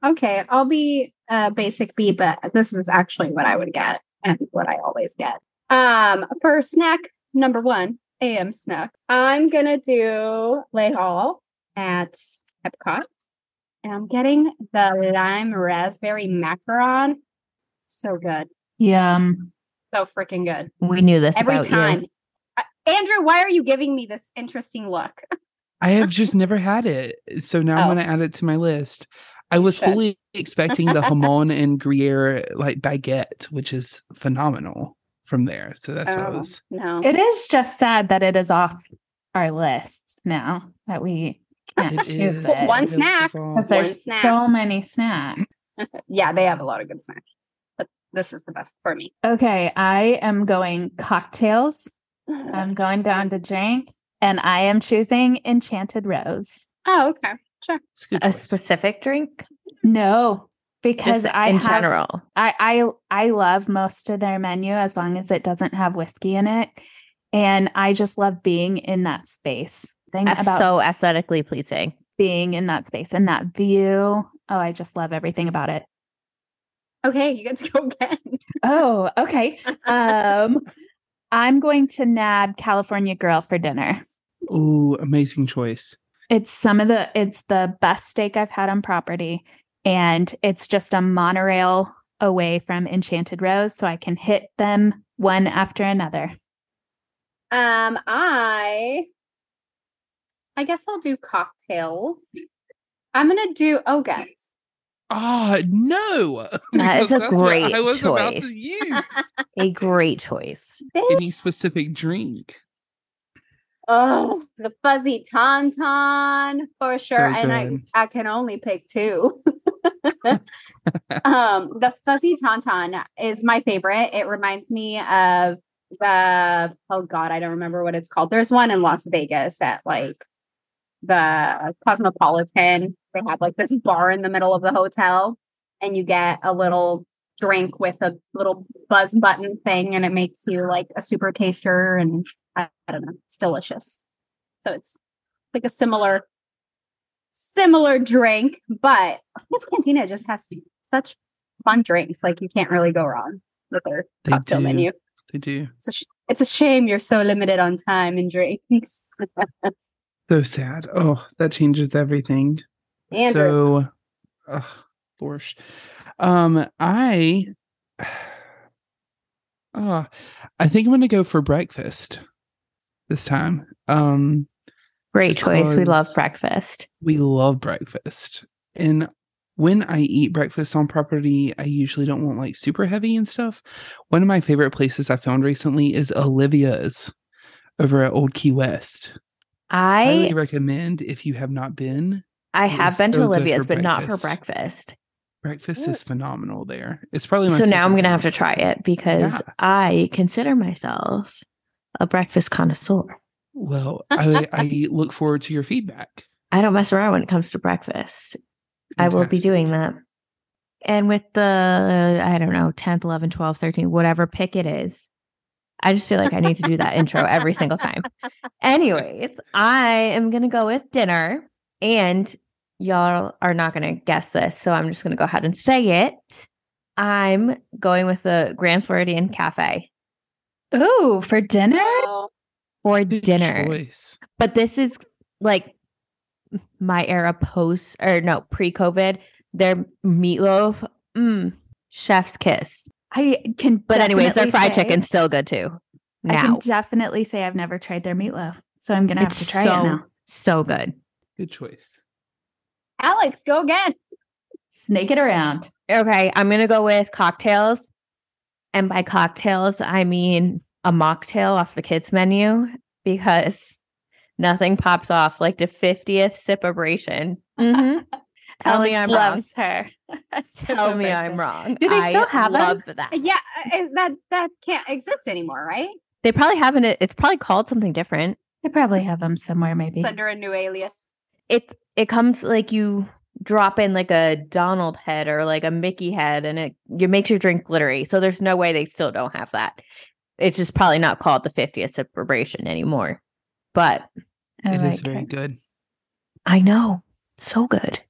Okay, I'll be uh, basic B, but this is actually what I would get and what I always get. Um, for snack number one, AM snack, I'm gonna do Le Hall at Epcot, and I'm getting the lime raspberry macaron. So good,
Yum.
so freaking good
We knew this
every
about you.
time. Uh, Andrew, why are you giving me this interesting look?
I have just never had it, so now I'm
Oh.
going to add it to my list. I was
should.
fully expecting the hamon and Gruyere like baguette, which is phenomenal from there. So that's what I
Oh,
was.
no,
It is just sad that it is off our list now that we can't
It
choose
is.
it.
One
This is
snack.
all-
because there's
snack.
so many snacks.
yeah, they have a lot of good snacks, but this is the best for me.
Okay, I am going cocktails.
Uh,
I'm going down to drink, and I am choosing Enchanted Rose.
Oh, okay. Sure.
it's good
A
choice.
specific drink?
No, because
Just
I
in
have,
general.
I I I love most of their menu as long as it doesn't have whiskey in it, and I just love being in that space. Thing
That's
about
so aesthetically pleasing.
being in that space and that view. Oh, I just love everything about it.
Okay, you get to go again.
Oh, okay. Um, I'm going to nab California Grill for dinner.
Ooh, amazing choice.
It's some of the it's the best steak I've had on property, and it's just a monorail away from Enchanted Rose, so I can hit them one after another.
Um, I I guess I'll do cocktails. I'm gonna do oh guys.
Ah, no.
That is
Because
a
that's what
great
I was about to
choice.
use.
A great choice.
Any specific drink.
Oh, the fuzzy tauntaun for
So
sure. and
good.
I I can only pick two. um, the fuzzy tauntaun is my favorite. It reminds me of the oh god, I don't remember what it's called. There's one in Las Vegas at like the Cosmopolitan. They have like this bar in the middle of the hotel, and you get a little drink with a little buzz button thing, and it makes you like a super taster. And I, I don't know, it's delicious. So it's like a similar, similar drink, but this cantina just has such fun drinks. Like you can't really go wrong with their
They
cocktail
do.
menu.
They do.
It's a, sh- it's a shame you're so limited on time and drinks.
So sad. Oh, that changes everything.
Andrew.
So, ugh, borscht. Um, I, uh, I think I'm gonna go for breakfast this time. Um,
Great
Just
choice. We love
cause-
breakfast.
we love breakfast, and when I eat breakfast on property, I usually don't want like super heavy and stuff. One of my favorite places I found recently is Olivia's over at Old Key West. I highly
I
recommend if you have not been.
I
it is
have been
so
to
good for
Olivia's, but not for
breakfast.
breakfast.
Breakfast
Mm.
is phenomenal there. It's probably my
So now I'm
second
gonna have to
favorite
try
place.
it because
Yeah.
I consider myself a breakfast connoisseur.
Well, I, I look forward to your feedback.
I don't mess around when it comes to breakfast. I will be
Fantastic.
doing that. And with the, I don't know, 10th, 11th, 12th, 13th, whatever pick it is, I just feel like I need to do that intro every single time. Anyways, I am going to go with dinner and y'all are not going to guess this. So I'm just going to go ahead and say it. I'm going with the Grand Floridian Cafe
Ooh, for dinner?
Oh,
for
Good
dinner.
choice.
but this is like my era post or no pre COVID. Their meatloaf, mm, chef's kiss.
I can
But anyways, their
definitely
fried
say-
chicken's still good too.
I
Now
can definitely say I've never tried their meatloaf. So I'm gonna have
it's
to try
so
it now.
so good.
Good choice.
Alex, go again.
Snake it around.
Okay, I'm gonna go with cocktails, and by cocktails I mean a mocktail off the kids menu because nothing pops off like the fiftieth sip of ration. Mhm. Tell me
Mm-hmm. Alex
I'm wrong.
loves her.
Tell me I'm wrong.
Do they
I
still have them?
love that?
Yeah, uh, that that can't exist anymore, right?
They probably haven't. It's probably called something different.
They probably have them somewhere, maybe.
It's under a new alias.
It it comes like you drop in like a Donald head or like a Mickey head, and it you makes your drink glittery. So there's no way they still don't have that. It's just probably not called the 50th celebration anymore. But
I
It is
like
very
it.
good.
I know, so good.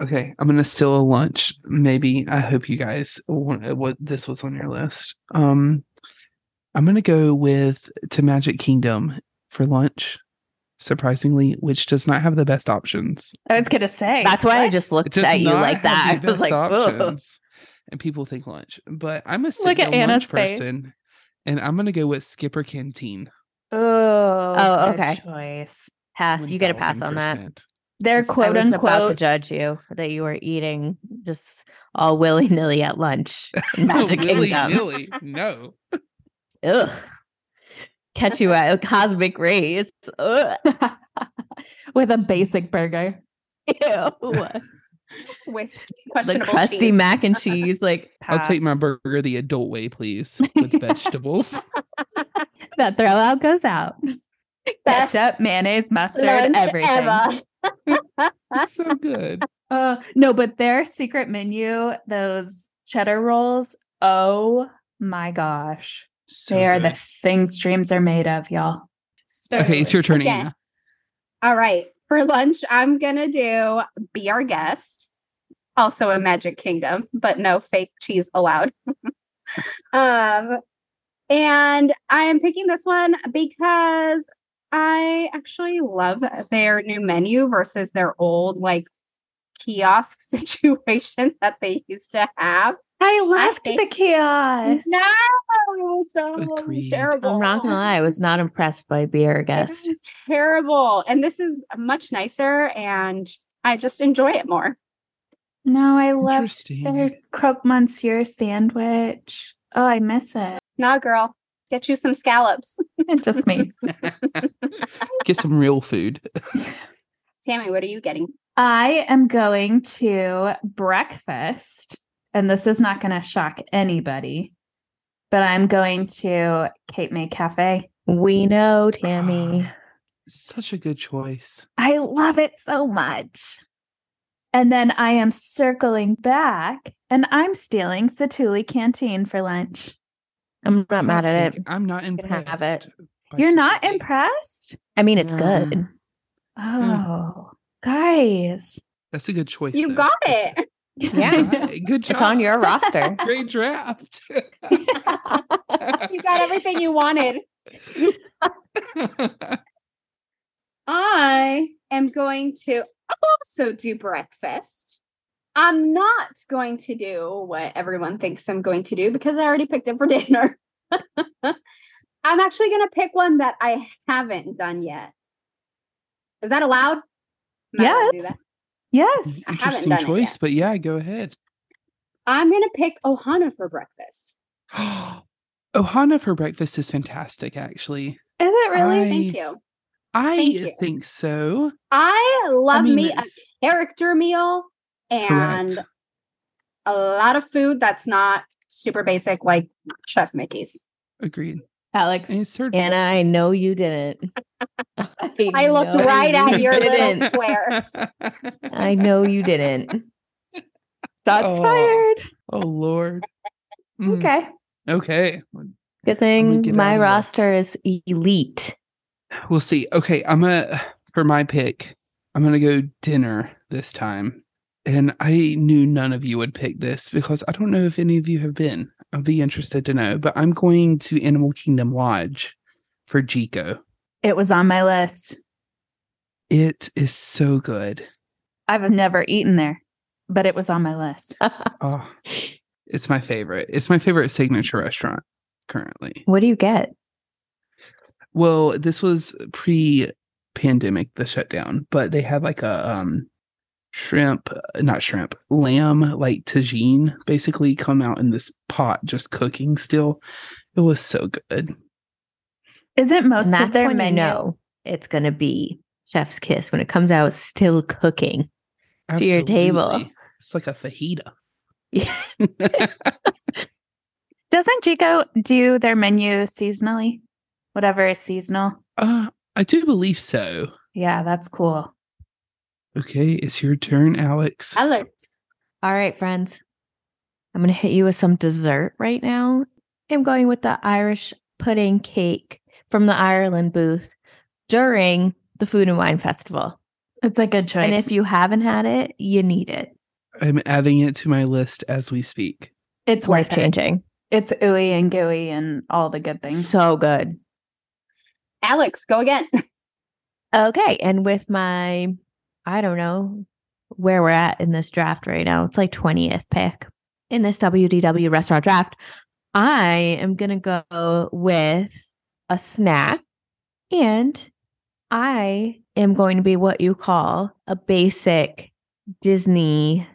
Okay, I'm gonna steal a lunch. Maybe I hope you guys want what this was on your list. Um, I'm gonna go with to Magic Kingdom for lunch. Surprisingly, which does not have the best options.
I was gonna say
That's why I
what?
just
It
looked
does
at you
not
like
have
that.
the
I was
best
like, "Ugh."
options. and people think lunch, but I'm a sit
Look at
down lunch
Anna's face.
person, and I'm gonna go with Skipper Canteen.
Oh,
Oh,
good
okay.
Choice.
pass. You get a pass on that.
1000%.
They're
It's- I
quote
I was about to
unquote.
judge you that you were eating just all willy nilly at lunch. in Magic Kingdom.
Willy-nilly, no.
Ugh. Catch you at a cosmic rays. Ugh.
With a basic burger,
Ew. the
with questionable
crusty
cheese.
mac and cheese. Like
I'll take my
Pass.
burger the adult way, please, with vegetables.
that throw out goes out.
Best
Ketchup, mayonnaise, mustard,
lunch
everything.
ever.
it's so good.
Uh, no, but their secret menu, those cheddar rolls. Oh my gosh,
So
they are the
good.
things dreams are made of, y'all. So
okay. It's your turn,
Okay.
Anna.
All right. For lunch, I'm gonna do be our guest. Also a Magic Kingdom, but no fake cheese allowed. um, and I am picking this one because I actually love their new menu versus their old like kiosk situation that they used to have.
I left
left the
the kiosk.
No, it was so
Agreed.
terrible.
I'm not gonna lie, I was not impressed by beer guest.
It's terrible. And this is much nicer and I just enjoy it more.
No, I loved
Interesting.
their croque monsieur sandwich. Oh, I miss it.
Nah, girl, get you some scallops.
Just me.
Get some real food.
Tammy, what are you getting?
I am going to breakfast, and this is not going to shock anybody, but I'm going to Cape May Cafe.
We know, Tammy.
Such a good choice.
I love it so much. And then I am circling back and I'm stealing Satuli Canteen for lunch.
I'm not mad at
Take-
it.
I'm not
can have
impressed. by
You're not
Sicily.
impressed?
I mean, it's good.
Mm.
Mm-hmm.
Oh, guys.
That's a good choice.
You
though.
got
That's-
it.
Yeah.
Got it. Good job.
It's on your roster.
great draft.
You got everything you wanted. I am going to also do breakfast. I'm not going to do what everyone thinks I'm going to do because I already picked it for dinner. I'm actually going to pick one that I haven't done yet. Is that allowed? Am I allowed to do
Yes.
that?
Yes.
I haven't
Interesting
done it
choice,
yet.
but yeah, go ahead.
I'm going to pick Ohana for breakfast.
Ohana for breakfast is fantastic, actually.
Is it really?
I-
Thank you.
I
Thank you.
think so.
I
I
love
mean,
me a
it's-
character meal and
Correct.
a lot of food that's not super basic like Chef Mickey's.
Agreed.
Alex,
And it's served
Anna, I know you didn't. I,
I looked
know
right at your little
didn't.
square.
I know you didn't.
shots
Oh.
fired.
Oh Lord. Mm,
Okay.
Okay.
Good
gonna get
thing
out
my
of here.
roster is elite.
We'll see. Okay, I'm gonna for my pick. I'm gonna go dinner this time, and I knew none of you would pick this because I don't know if any of you have been. I'd be interested to know, but I'm going to Animal Kingdom Lodge for Jico.
It was on my list.
It is so good.
I've never eaten there, but it was on my list.
Oh, it's my favorite. It's my favorite signature restaurant currently.
What do you get?
Well, this was pre pandemic, the shutdown, but they had like a um shrimp, uh, not shrimp, lamb, like tagine basically come out in this pot just cooking still. It was so good.
Isn't most
and
of
that's
their
when
menu?
you know it's going to be Chef's Kiss when it comes out still cooking. to your table.
Absolutely. It's like a fajita.
Yeah.
Doesn't Jico do their menu seasonally? Whatever is seasonal.
Uh, I do believe so.
Yeah, that's cool.
Okay, it's your turn, Alex.
I looked.
All right, friends. I'm going to hit you with some dessert right now. I'm going with the Irish pudding cake from the Ireland booth during the Food and Wine Festival.
It's a good choice.
And if you haven't had it, you need it.
I'm adding it to my list as we speak.
it's
It's life
worth it.
changing.
It's ooey and gooey and all the good things.
So good.
Alex, go again.
Okay. And with my, I don't know where we're at in this draft right now, it's like 20th pick in this WDW restaurant draft. I am going to go with a snack and I am going to be what you call a basic Disney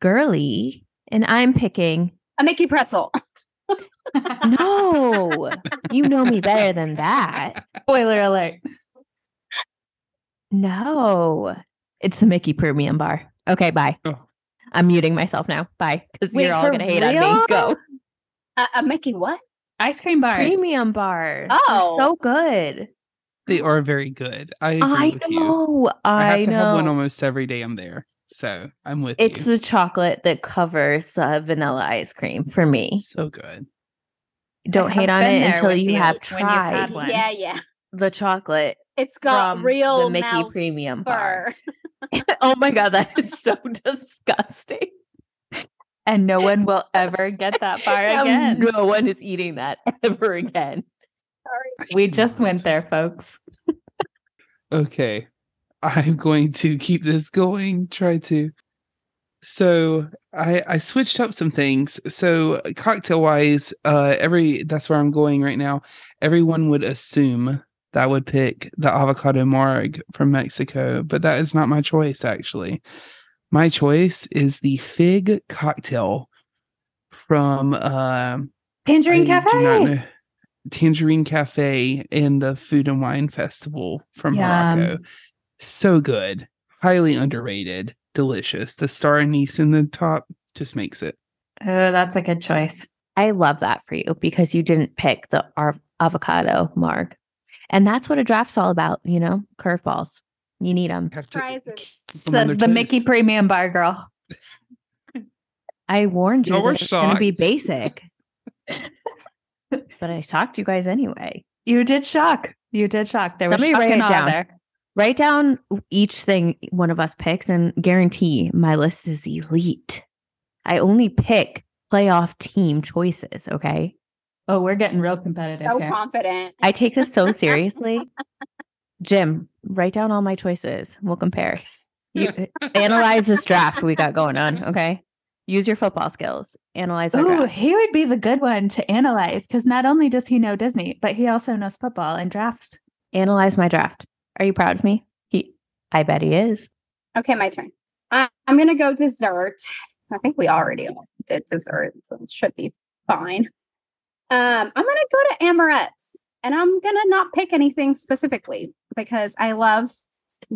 girly. And I'm picking,
A Mickey pretzel.
no, you know me better than that.
Spoiler alert.
No, it's the Mickey Premium Bar. Okay, bye.
Oh.
I'm muting myself now. Bye, because
Wait,
you're all
for
gonna hate on
real?
me. Go
A, a Mickey what?
Ice cream bar.
Premium Bar. They're
Oh.
so good.
They are very good. I agree
I
with you.
know.
I
I,
have to
know.
have one almost every day I'm there. So I'm with
it's
you.
the chocolate that covers uh, vanilla ice cream for me.
so good.
Don't
have
hate on
been
it
there
until
with
you
you
have
when you've had
tried
one.
Uh, Yeah, yeah.
the chocolate.
It's got
From
real
the Mickey
mouse
Premium
fur.
bar. oh my god, that is so disgusting.
And no one will ever get that bar
Now
again.
No one is eating that ever again.
I
We just
cannot.
went there, folks.
Okay. I'm going to keep this going, try to. So I I switched up some things. So cocktail wise, uh every that's where I'm going right now. Everyone would assume that I would pick the avocado marg from Mexico, but that is not my choice actually. My choice is the fig cocktail from um
Tangerine
I do
Cafe.
not know. Tangerine Cafe and the Food and Wine Festival from
Yum.
Morocco. So good. Highly underrated. Delicious. The star anise in the top just makes it.
Oh, that's a good choice.
I love that for you because you didn't pick the ar- avocado marg. And that's what a draft's all about, you know, curveballs. You need them.
Have to-
Prizes.
them on
Says the
their
Mickey
toes.
Premium Bar girl.
I warned you
Y'all
that
were
it was going to be
shocked.
basic. but I shocked you guys anyway.
You did shock. You did shock. There was
Somebody
shock
write
and
it
awe
down.
there.
Write down each thing one of us picks and guarantee my list is elite. I only pick playoff team choices, okay?
Oh, we're getting real competitive
So
here.
confident.
I take this so seriously. Jim, write down all my choices. We'll compare. You analyze this draft we got going on. Okay. Use your football skills. Analyze our
Ooh,
draft.
he would be the good one to analyze because not only does he know Disney, but he also knows football and draft.
Analyze my draft. Are you proud of me? He, I bet he is.
Okay, my turn. I, I'm gonna go dessert. I think we already did dessert, so it should be fine. Um, I'm gonna go to Amaretts, and I'm gonna not pick anything specifically because I love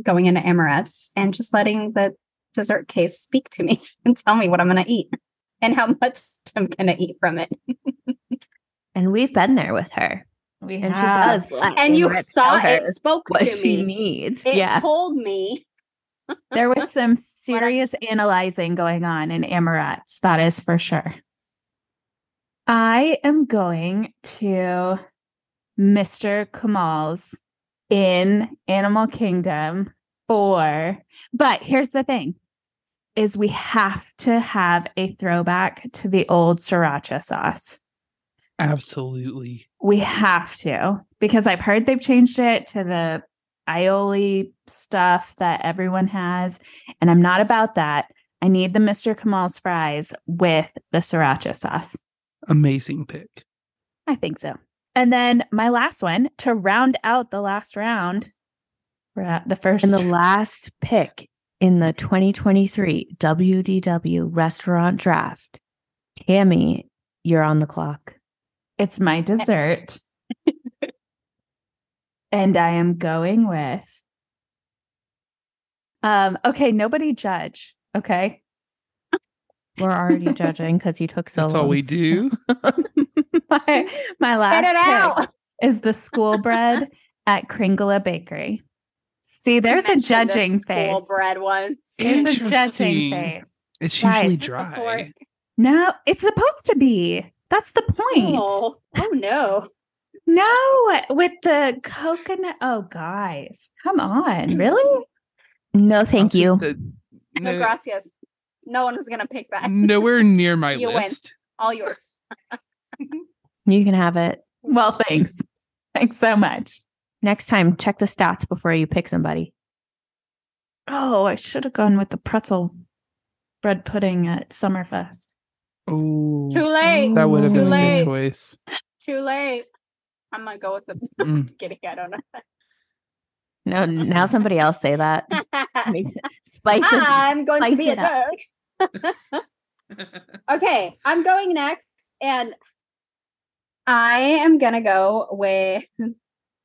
going into Amaretts and just letting the dessert case speak to me and tell me what I'm gonna eat and how much I'm gonna eat from it.
And we've been there with her.
We
And
have-
she does. let
Um, And you
Amber
saw
tell
it
her
spoke
What
to
she
me.
needs.
It
yeah.
told me
There was some serious analyzing going on in Amaretts, that is for sure. I am going to Mr. Kamal's in Animal Kingdom for, but here's the thing is we have to have a throwback to the old sriracha sauce.
Absolutely.
We have to because I've heard they've changed it to the aioli stuff that everyone has, and I'm not about that. I need the Mr. Kamal's fries with the sriracha sauce.
Amazing pick.
I think so. And then my last one to round out the last round, ra- the first
And the last pick in the 2023 WDW restaurant draft, Tammy, you're on the clock.
It's my dessert. and I am going with um okay, nobody judge. Okay.
We're already judging because you took so
That's all we
long.
do.
My, my
Get it
last
out.
pick is the school bread at Kringle Bakery. See, there's
I
a
mentioned the
judging
school
face.
bread once.
There's a
Interesting.
judging face.
It's
Guys,
usually
before-
dry.
No, it's supposed to be. That's the point.
Oh, oh no.
No, with the coconut. Oh, guys, come on. Really?
No, thank
I'll
you.
take the- no-
No,
Mm.
gracias. No one was gonna pick that.
nowhere near my
You win.
list.
All yours.
You can have it.
Well, thanks. Thanks so much.
Next time, check the stats before you pick somebody.
Oh, I should have gone with the pretzel bread pudding at Summerfest.
Oh,
Too late.
that would have
Too
been a
late.
good choice.
Too late. I'm gonna go with the
Mm.
kidding. I don't
No, now somebody else say that.
know.
Makes it- Spice it.
I'm going to
spice
be a
it up.
jerk. Okay, I'm going next, and I am gonna go with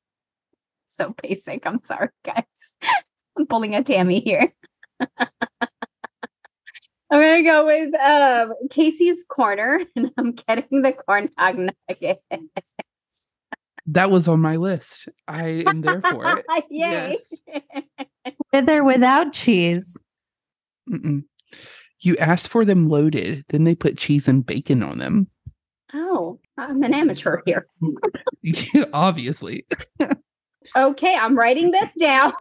so basic. I'm sorry, guys. I'm pulling a Tammy here. I'm gonna go with um, Casey's Corner, and I'm getting the corn dog nugget.
That was on my list. I am there for it.
Yay!
Yes.
With or without cheese.
Mm-mm. You asked for them loaded, then they put cheese and bacon on them.
Oh, I'm an amateur here.
Obviously.
Okay, I'm writing this down.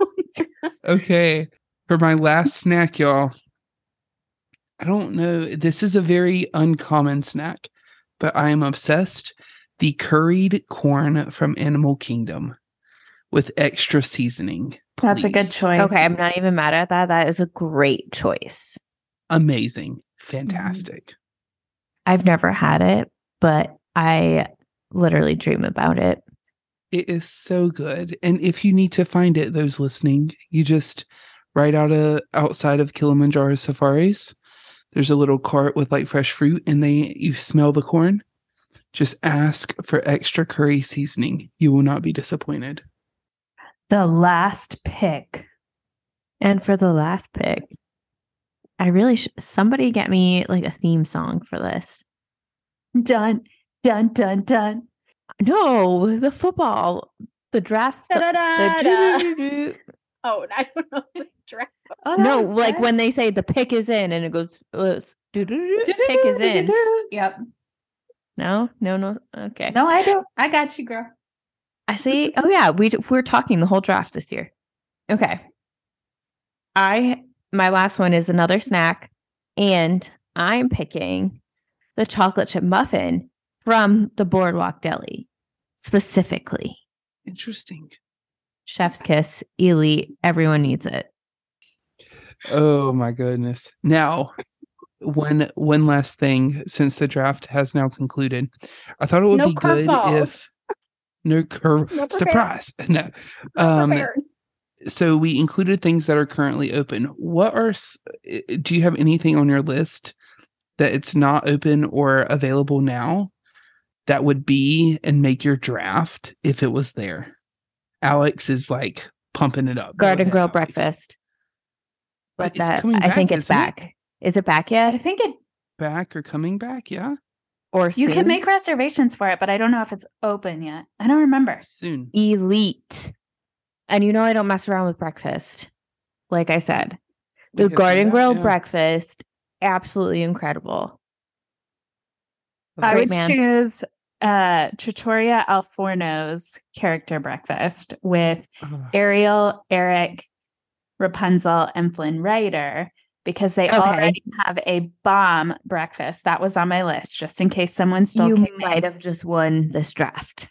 Okay. For my last snack, y'all. I don't know. This is a very uncommon snack, but I am obsessed. The curried corn from Animal Kingdom with extra seasoning.
That's a good
please.
choice.
Okay, I'm not even mad at that. That is a great choice.
Amazing.
Mm-hmm.
Fantastic.
I've never had it, but I literally dream about it.
It is so good. And if you need to find it, those listening, you just right out of outside of Kilimanjaro safaris, there's a little cart with like fresh fruit and they you smell the corn. Just ask for extra curry seasoning. You will not be disappointed.
The last pick.
And for the last pick, I really sh- somebody get me like a theme song for this.
Dun, dun, dun, dun.
No, the football, the draft, the
Da-da-da-da.
doo-doo-doo-doo.
Oh, I don't know. the dress.
Oh, that
no,
was
like
good.
when they say the pick is in and it goes uh, s- doo-doo-doo, pick is in.
Yep.
No, no, no. Okay,
No, I don't. I got you, girl.
I see. Oh yeah, we d- we're talking the whole draft this year. Okay. I my last one is another snack and I'm picking the chocolate chip muffin from the Boardwalk Deli specifically.
Interesting.
Chef's kiss, elite, everyone needs it.
Oh my goodness. Now, one one last thing since the draft has now concluded. I thought it would
No
be good if
curveballs.
no curve
No prepared.
surprise. No.
Not
Um
prepared.
so we included things that are currently open what are s- i- do you have anything on your list that it's not open or available now that would be and make your draft if it was there alex is like pumping it up Go
Garden
ahead,
Grill
Alex.
breakfast.
But
But
it's
that
coming
I think
back,
it's
isn't it?
back. Is it back yet?
I think it.
back or coming back yeah
Or
You
soon?
can make reservations for it, but I don't know if it's open yet. I don't remember.
soon
elite. And you know I don't mess around with breakfast. Like I said, the
We could do
Garden
that,
Grill
yeah.
breakfast, absolutely incredible.
I
Great
would
man.
choose uh Trattoria Al Forno's character breakfast with
Ugh.
Ariel, Eric, Rapunzel, and Flynn Rider because they
Okay.
already have a bomb breakfast. That was on my list just in case someone stole
You
came in.
might have just won this draft.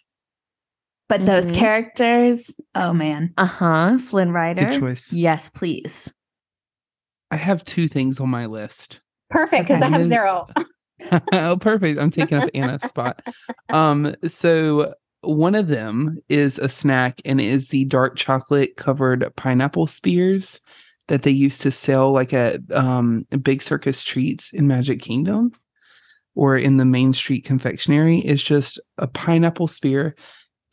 But those
Mhm.
characters, oh man.
Uh huh. Flynn Rider.
good choice
Yes, please.
i have two things on my list
Perfect, because
Okay.
I have
And then-
zero.
oh, perfect. I'm taking up Anna's spot. Um, so one of them is a snack and it is the dark chocolate covered pineapple spears that they used to sell like at um big circus treats in Magic Kingdom or in the Main Street confectionery. It's just a pineapple spear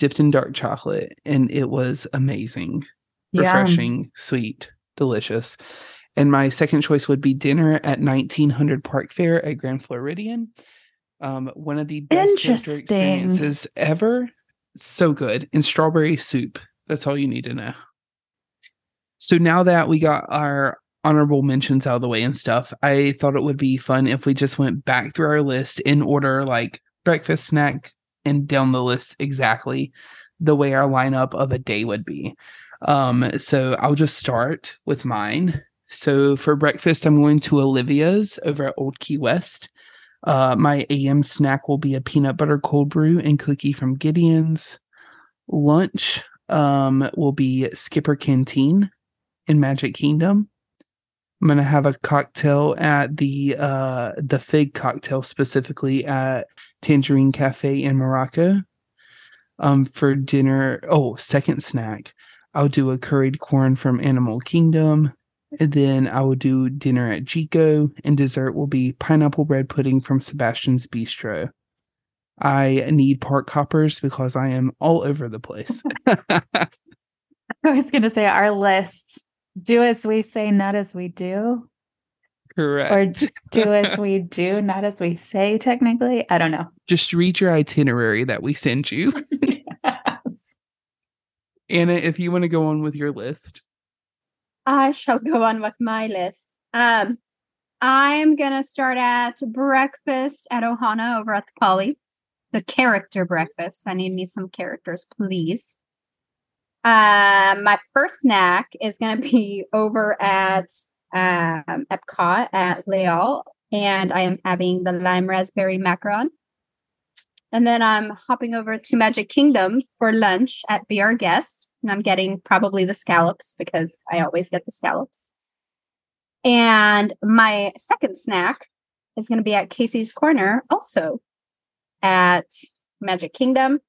dipped in dark chocolate, and it was amazing
Yum.
refreshing, sweet, delicious. And my second choice would be dinner at 1900 Park Fair at Grand Floridian. Um, one of the best winter
Interesting.
experiences ever. So good. And strawberry soup. That's all you need to know. So now that we got our honorable mentions out of the way and stuff, I thought it would be fun if we just went back through our list in order like breakfast, snack, and down the list exactly the way our lineup of a day would be. Um, so I'll just start with mine. So for breakfast, I'm going to Olivia's over at Old Key West. Uh, my AM snack will be a peanut butter cold brew and cookie from Gideon's. Lunch um, will be Skipper Canteen in Magic Kingdom. I'm gonna have a cocktail at the uh, the fig cocktail specifically at Tangerine Cafe in Morocco. Um, for dinner, oh, second snack, I'll do a curried corn from Animal Kingdom. And then I will do dinner at Chico, and dessert will be pineapple bread pudding from Sebastian's Bistro. I need park hoppers because I am all over the place.
I was going to say our lists do as we say, not as we do, or
Correct.
do as we do, not as we say, technically. I don't know.
Just read your itinerary that we send you. Anna, if you want to go on with your list.
I shall go on with my list. Um, I'm gonna start at breakfast at Ohana over at the Poly, the character breakfast. I need me some characters, please. Um, my first snack is gonna be over at um, Epcot at Leal, and I am having the lime raspberry macaron. And then I'm hopping over to Magic Kingdom for lunch at Be Our Guest. And I'm getting probably the scallops because I always get the scallops. And my second snack is going to be at Casey's Corner, also at Magic Kingdom.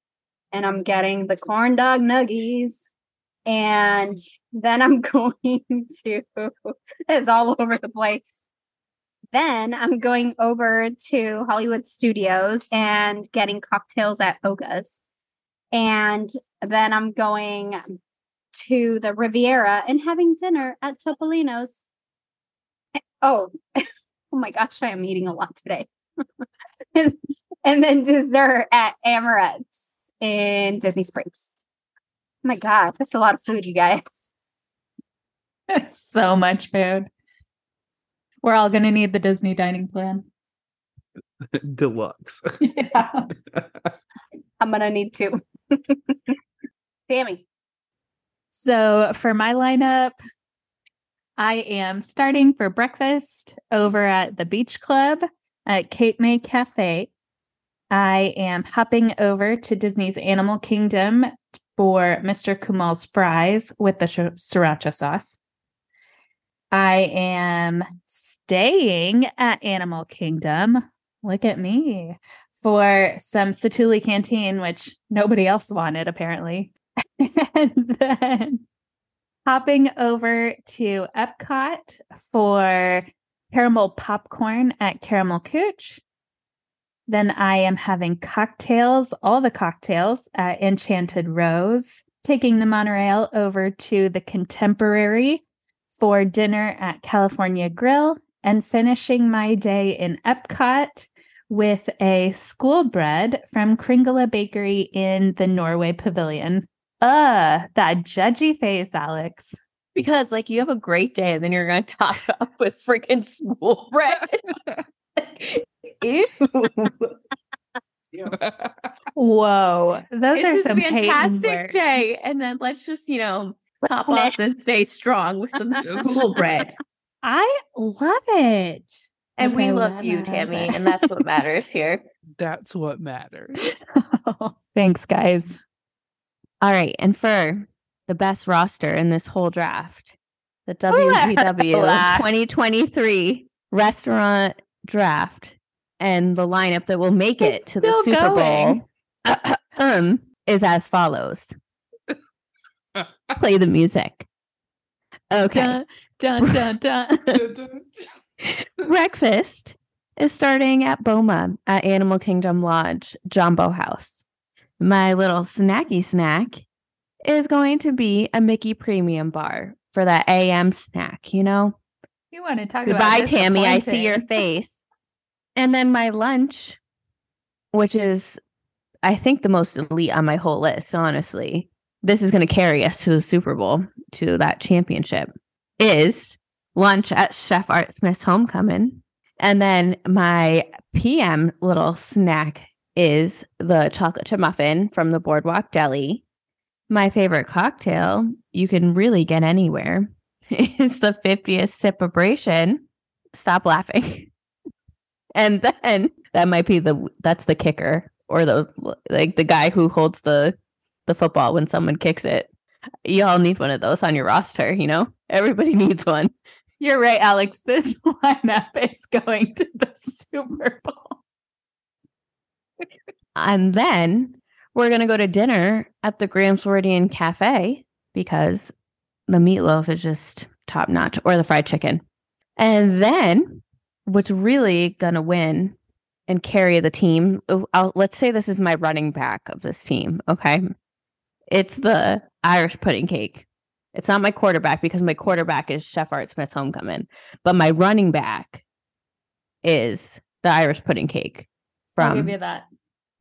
And I'm getting the corn dog nuggies. And then I'm going to, it's all over the place. Then I'm going over to Hollywood Studios and getting cocktails at Oga's. And then I'm going to the Riviera and having dinner at Topolino's. Oh, oh my gosh, I am eating a lot today. and, and then dessert at Amaret's in Disney Springs. my God, that's a lot of food, you guys.
so much food. We're all going to need the Disney dining plan.
Deluxe.
Yeah.
I'm going to need two. Sammy.
So for my lineup, I am starting for breakfast over at the Beach Club at Cape May Cafe. I am hopping over to Disney's Animal Kingdom for Mr. Kumal's fries with the sh- sriracha sauce. I am staying at Animal Kingdom. Look at me for some Satuli Canteen, which nobody else wanted apparently and then hopping over to Epcot for caramel popcorn at Caramel Cooch. Then I am having cocktails, all the cocktails at Enchanted Rose, taking the monorail over to the Contemporary for dinner at California Grill, and finishing my day in Epcot with a school bread from Kringla Bakery in the Norway Pavilion. Uh, that judgy face, Alex.
Because like you have a great day and then you're gonna top it up with freaking school bread. Ew.
Whoa, those
It's
are
a
some Peyton
fantastic
words.
day. And then let's just, you know, top off this day strong with some school bread.
I love it.
And we
Okay,
love you,
whatever.
Tammy, and that's what matters here.
That's what matters.
Thanks, guys.
All right, and for the best roster in this whole draft, the
Blast.
WDW 2023 restaurant draft and the lineup that will make it
It's
to the
still
Super
going.
Bowl um, is as follows. Play the music. Okay.
Dun, dun, dun, dun.
Breakfast is starting at Boma at Animal Kingdom Lodge, Jumbo House. My little snacky snack is going to be a Mickey Premium Bar for that AM snack, you know?
You want to talk
Goodbye,
about
Tammy. I
disappointing.
see your face. And then my lunch, which is, I think, the most elite on my whole list, honestly. This is going to carry us to the Super Bowl, to that championship, is lunch at Chef Art Smith's homecoming. And then my PM little snack is the chocolate chip muffin from the Boardwalk Deli. My favorite cocktail you can really get anywhere is the 50th sip abrasion. Stop laughing. And then that might be the that's the kicker or the like the guy who holds the the football when someone kicks it. Y'all need one of those on your roster, you know? Everybody needs one.
You're right, Alex. This lineup is going to the Super Bowl.
And then we're going to go to dinner at the Graham Floridian Cafe because the meatloaf is just top notch or the fried chicken. And then what's really going to win and carry the team, oh, I'll, let's say this is my running back of this team. Okay. It's the Irish pudding cake. It's not my quarterback because my quarterback is Chef Art Smith's homecoming, but my running back is the Irish pudding cake from
I'll give you that.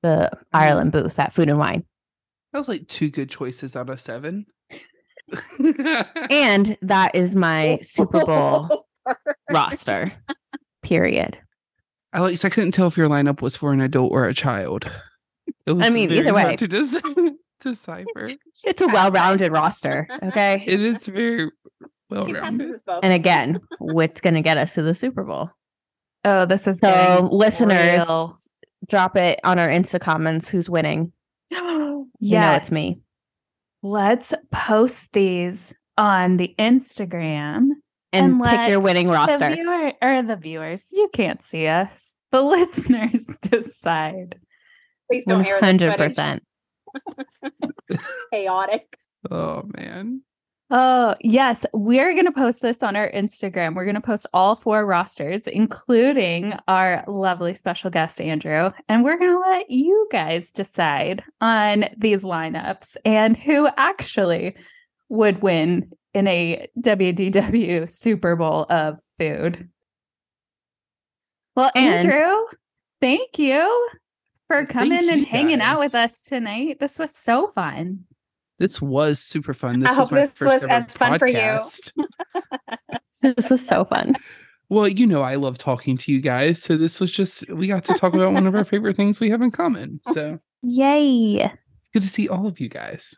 the Ireland booth at Food and Wine.
That was like two good choices out of seven.
And that is my Super Bowl roster. Period.
Alex, I couldn't tell if your lineup was for an adult or a child. It was
mean, either
very hard
way.
to dis- decipher.
It's a well-rounded roster, okay?
It is very well
He passes
rounded.
us both.
And again, what's going to get us to the Super Bowl?
Oh, this is
So, listeners,
real.
drop it on our Insta comments who's winning.
yes.
know it's me.
Let's post these on the Instagram.
And,
And
pick your
let
winning
The
roster.
viewer or the viewers, you can't see us. The listeners decide.
Please don't air this footage.
100%.
Chaotic.
Oh man.
Oh, yes. We're going to post this on our Instagram. We're going to post all four rosters, including our lovely special guest, Andrew. And we're going to let you guys decide on these lineups and who actually would win in a WDW Super Bowl of food. Well,
And-
Andrew, thank you for
Thank
coming and
you
hanging out
guys.
with us tonight. This was so fun.
This was super fun. This
I
was
hope
my
this
first
was
ever
as fun for you.
podcast.
This was so fun.
Well, you know I love talking to you guys, so this was just we got to talk about one of our favorite things we have in common. So
Yay.
it's good to see all of you guys.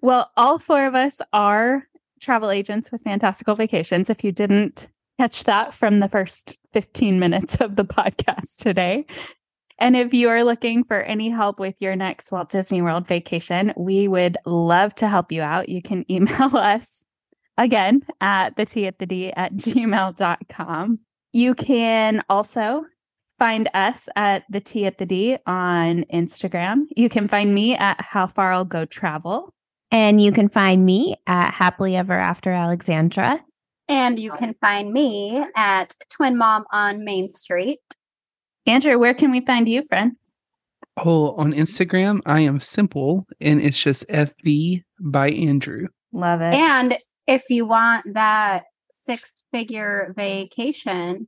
Well, all four of us are travel agents with Fantastical Vacations. If you didn't catch that from the first 15 minutes of the podcast today. And if you are looking for any help with your next Walt Disney World vacation, we would love to help you out. You can email us again at the T at the D at gmail.com. You can also find us at the T at the D on Instagram. You can find me at How Far I'll Go Travel.
And you can find me at Happily Ever After Alexandra.
And you can find me at Twin Mom on Main Street.
Andrew, where can we find you, friend?
Oh, on Instagram, I am simple and it's just FV by Andrew.
Love it.
And if you want that six figure vacation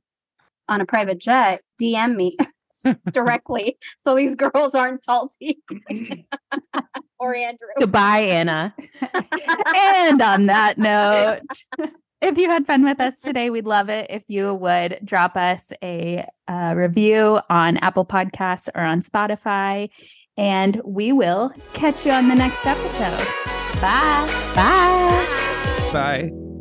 on a private jet, DM me directly so these girls aren't salty. or Andrew.
Goodbye, Anna.
and on that note, if you had fun with us today, we'd love it if you would drop us a uh, review on Apple Podcasts or on Spotify. And we will catch you on the next episode. Bye.
Bye.
Bye.